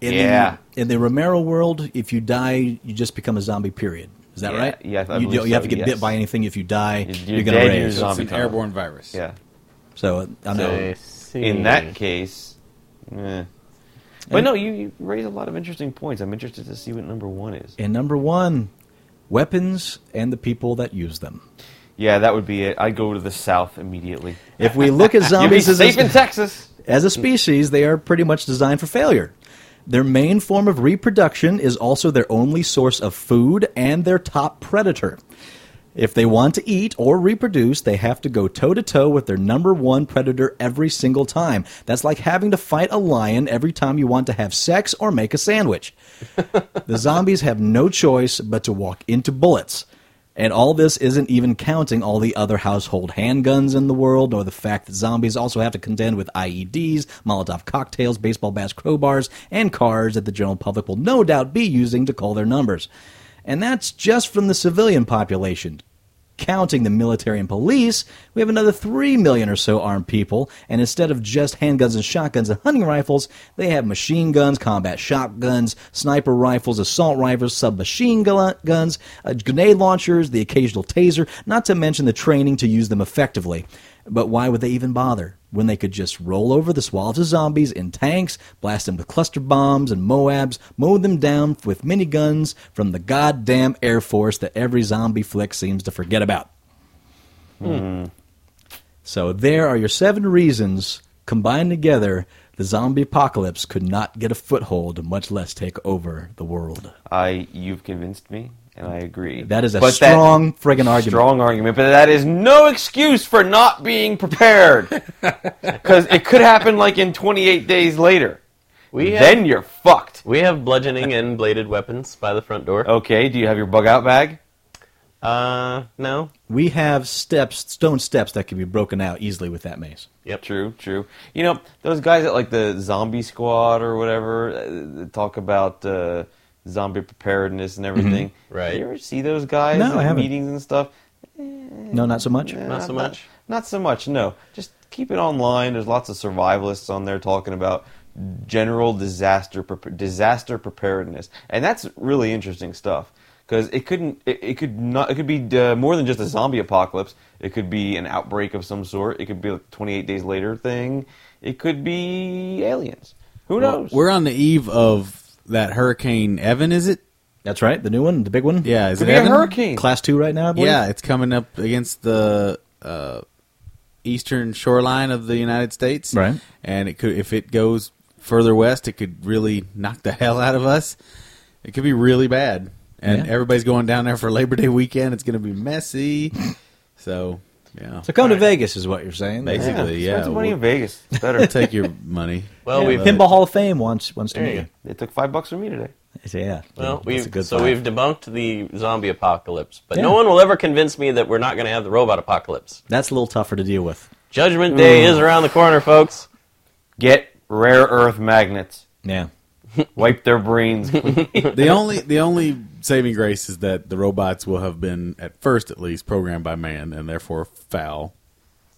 Speaker 3: In
Speaker 2: Yeah.
Speaker 3: The, in the Romero world, if you die, you just become a zombie. Period. Is that
Speaker 2: Yeah,
Speaker 3: right?
Speaker 2: yeah, I
Speaker 3: you,
Speaker 2: believe
Speaker 3: don't- you have
Speaker 2: so,
Speaker 3: to get
Speaker 2: yes.
Speaker 3: bit by anything. If you die,
Speaker 2: You're-
Speaker 3: you're,
Speaker 2: you're
Speaker 3: going
Speaker 2: dead,
Speaker 3: to
Speaker 2: you're
Speaker 3: raise.
Speaker 2: zo- Zombie
Speaker 1: it's an
Speaker 2: tunnel.
Speaker 1: airborne virus.
Speaker 2: Yeah.
Speaker 3: So I know.
Speaker 5: I see.
Speaker 2: In that case, eh, But no, you, you raise a lot of interesting points. I'm interested to see what number one is.
Speaker 3: And number one, weapons and the people that use them.
Speaker 2: Yeah, that would be it. I'd go to the south immediately.
Speaker 3: If we look at
Speaker 2: You'd be
Speaker 3: zombies as
Speaker 2: safe in
Speaker 3: a,
Speaker 2: Texas.
Speaker 3: as a species, they are pretty much designed for failure. Their main form of reproduction is also their only source of food and their top predator. If they want to eat or reproduce, they have to go toe to toe with their number one predator every single time. That's like having to fight a lion every time you want to have sex or make a sandwich. the zombies have no choice but to walk into bullets. And all this isn't even counting all the other household handguns in the world, nor the fact that zombies also have to contend with IEDs, Molotov cocktails, baseball bats, crowbars, and cars that the general public will no doubt be using to call their numbers. And that's just from the civilian population. Counting the military and police, we have another 3 million or so armed people, and instead of just handguns and shotguns and hunting rifles, they have machine guns, combat shotguns, sniper rifles, assault rifles, submachine gu- guns, uh, grenade launchers, the occasional taser, not to mention the training to use them effectively. But why would they even bother when they could just roll over the swaths of zombies in tanks, blast them with cluster bombs and MOABs, mow them down with miniguns from the goddamn Air Force that every zombie flick seems to forget about?
Speaker 2: Hmm.
Speaker 3: So there are your seven reasons combined together the zombie apocalypse could not get a foothold, much less take over the world.
Speaker 2: I, you've convinced me, and I agree.
Speaker 3: That is a
Speaker 2: But that-
Speaker 3: strong friggin' argument.
Speaker 2: Strong argument, but that is no excuse for not being prepared. Because it could happen like in 28 days later.
Speaker 5: We have,
Speaker 2: then you're fucked.
Speaker 5: we have bludgeoning and bladed weapons by the front door.
Speaker 2: Okay, do you have your bug out bag?
Speaker 5: Uh, no.
Speaker 3: We have steps, stone steps that can be broken out easily with that mace.
Speaker 5: Yep.
Speaker 2: True, true. You know, those guys at like the zombie squad or whatever uh, that talk about uh, zombie preparedness and everything.
Speaker 5: Right.
Speaker 2: You ever see those guys
Speaker 3: Mm-hmm. No, I
Speaker 2: at
Speaker 3: haven't.
Speaker 2: meetings and stuff?
Speaker 3: No, not so much.
Speaker 2: Eh,
Speaker 5: Not so much?
Speaker 2: Not so much, no. Just keep it online. There's lots of survivalists on there talking about general disaster prep disaster preparedness. And that's really interesting stuff because it couldn't it, it could not it could be uh, more than just a zombie apocalypse. It could be an outbreak of some sort. It could be like 28 days later thing. It could be aliens. Who knows?
Speaker 1: We're on the eve of that Hurricane Evan, is it?
Speaker 3: That's right, the new one, the big one.
Speaker 1: Yeah, is
Speaker 2: could
Speaker 1: it
Speaker 2: be
Speaker 1: Evan?
Speaker 2: a hurricane.
Speaker 3: Class two right now, I believe.
Speaker 1: Yeah, it's coming up against the uh, eastern shoreline of the United States,
Speaker 3: Right.
Speaker 1: And it could, if it goes further west, it could really knock the hell out of us. It could be really bad, and
Speaker 3: Yeah.
Speaker 1: everybody's going down there for Labor Day weekend. It's going to be messy, so yeah,
Speaker 3: So come to Vegas is what you're saying.
Speaker 1: Basically.
Speaker 2: yeah,
Speaker 1: yeah,
Speaker 2: Spend some money
Speaker 1: we'll-
Speaker 2: in Vegas. It's better.
Speaker 1: take your money.
Speaker 5: Well,
Speaker 3: Yeah,
Speaker 5: we've
Speaker 3: Pinball Hall of Fame wants wants to
Speaker 5: There
Speaker 3: meet
Speaker 5: you
Speaker 3: you.
Speaker 2: they took five bucks from me today.
Speaker 3: Yeah.
Speaker 5: Well,
Speaker 3: that's a
Speaker 5: we've,
Speaker 3: good
Speaker 5: so
Speaker 3: thought.
Speaker 5: we've debunked the zombie apocalypse, but no
Speaker 3: Yeah.
Speaker 5: one will ever convince me that we're not going to have the robot apocalypse.
Speaker 3: That's a little tougher to deal with.
Speaker 5: Judgment Day
Speaker 3: Mm.
Speaker 2: Ooh.
Speaker 5: is around the corner, folks.
Speaker 2: Get rare earth magnets.
Speaker 3: Yeah.
Speaker 2: Wipe their brains. clean.
Speaker 1: the only the only saving grace is that the robots will have been at first at least programmed by man and therefore foul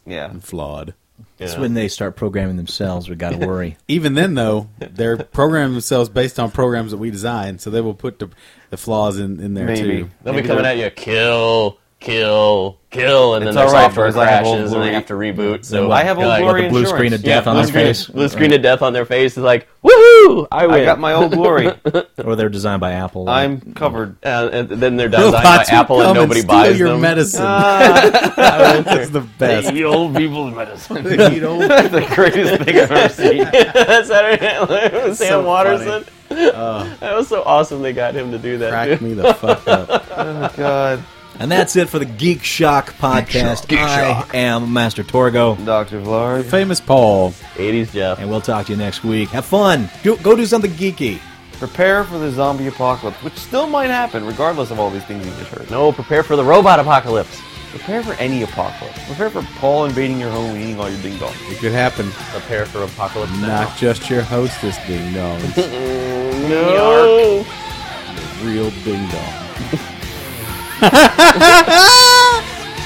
Speaker 2: yeah.
Speaker 1: and flawed.
Speaker 5: You
Speaker 3: It's
Speaker 5: know.
Speaker 3: when they start programming themselves. We got to worry.
Speaker 1: Even then, though, they're programming themselves based on programs that we design, so they will put the, the flaws in, in there
Speaker 2: Maybe.
Speaker 1: too.
Speaker 5: They'll
Speaker 2: Maybe
Speaker 5: be coming
Speaker 2: they're-
Speaker 5: at you, kill, kill, kill, and then
Speaker 2: It's
Speaker 5: their
Speaker 2: all right,
Speaker 5: software
Speaker 2: because I have
Speaker 5: crashes
Speaker 2: old
Speaker 5: and they
Speaker 2: blurry-
Speaker 5: have to reboot. So
Speaker 2: I have
Speaker 5: you're
Speaker 2: old
Speaker 5: like,
Speaker 2: blurry
Speaker 3: the blue
Speaker 2: insurance.
Speaker 3: screen of
Speaker 5: yeah,
Speaker 3: death on
Speaker 5: blue
Speaker 3: their
Speaker 5: screen,
Speaker 3: face.
Speaker 5: blue screen of death on their face is like, woohoo! I win.
Speaker 2: I got my old glory.
Speaker 3: Or they're designed by Apple.
Speaker 2: I'm covered.
Speaker 5: Uh, and then they're designed by
Speaker 1: will
Speaker 5: Apple and
Speaker 1: Oh, come
Speaker 5: nobody
Speaker 1: steal
Speaker 5: buys
Speaker 1: your
Speaker 5: them. Ah.
Speaker 1: medicine. That's the best.
Speaker 5: The old people's medicine.
Speaker 1: You know,
Speaker 2: That's the greatest thing I've ever seen.
Speaker 5: That's Saturday Night Live with Sam
Speaker 1: so
Speaker 5: Watterson. that was so awesome they got him to do that.
Speaker 1: crack
Speaker 5: dude.
Speaker 1: me the fuck up.
Speaker 2: God,
Speaker 3: and that's it for the Geek Shock podcast. I am Master Torgo,
Speaker 2: Doctor Vlog.
Speaker 1: Famous Paul.
Speaker 5: 80s Jeff.
Speaker 3: and we'll talk to you next week. Have fun. Go, go do something geeky.
Speaker 2: Prepare for the zombie apocalypse, which still might happen, regardless of all these things you just heard.
Speaker 5: No, prepare for the robot apocalypse.
Speaker 2: Prepare for any apocalypse. Prepare for Paul invading your home and eating all your ding dong.
Speaker 1: It could happen.
Speaker 5: Prepare for apocalypse. now.
Speaker 1: Not just your hostess ding dongs,
Speaker 5: No.
Speaker 1: real ding dong.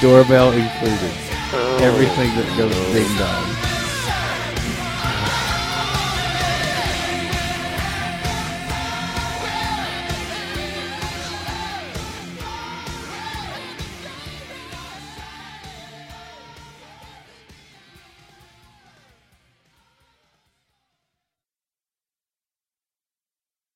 Speaker 1: Doorbell included. Everything that goes ding dong.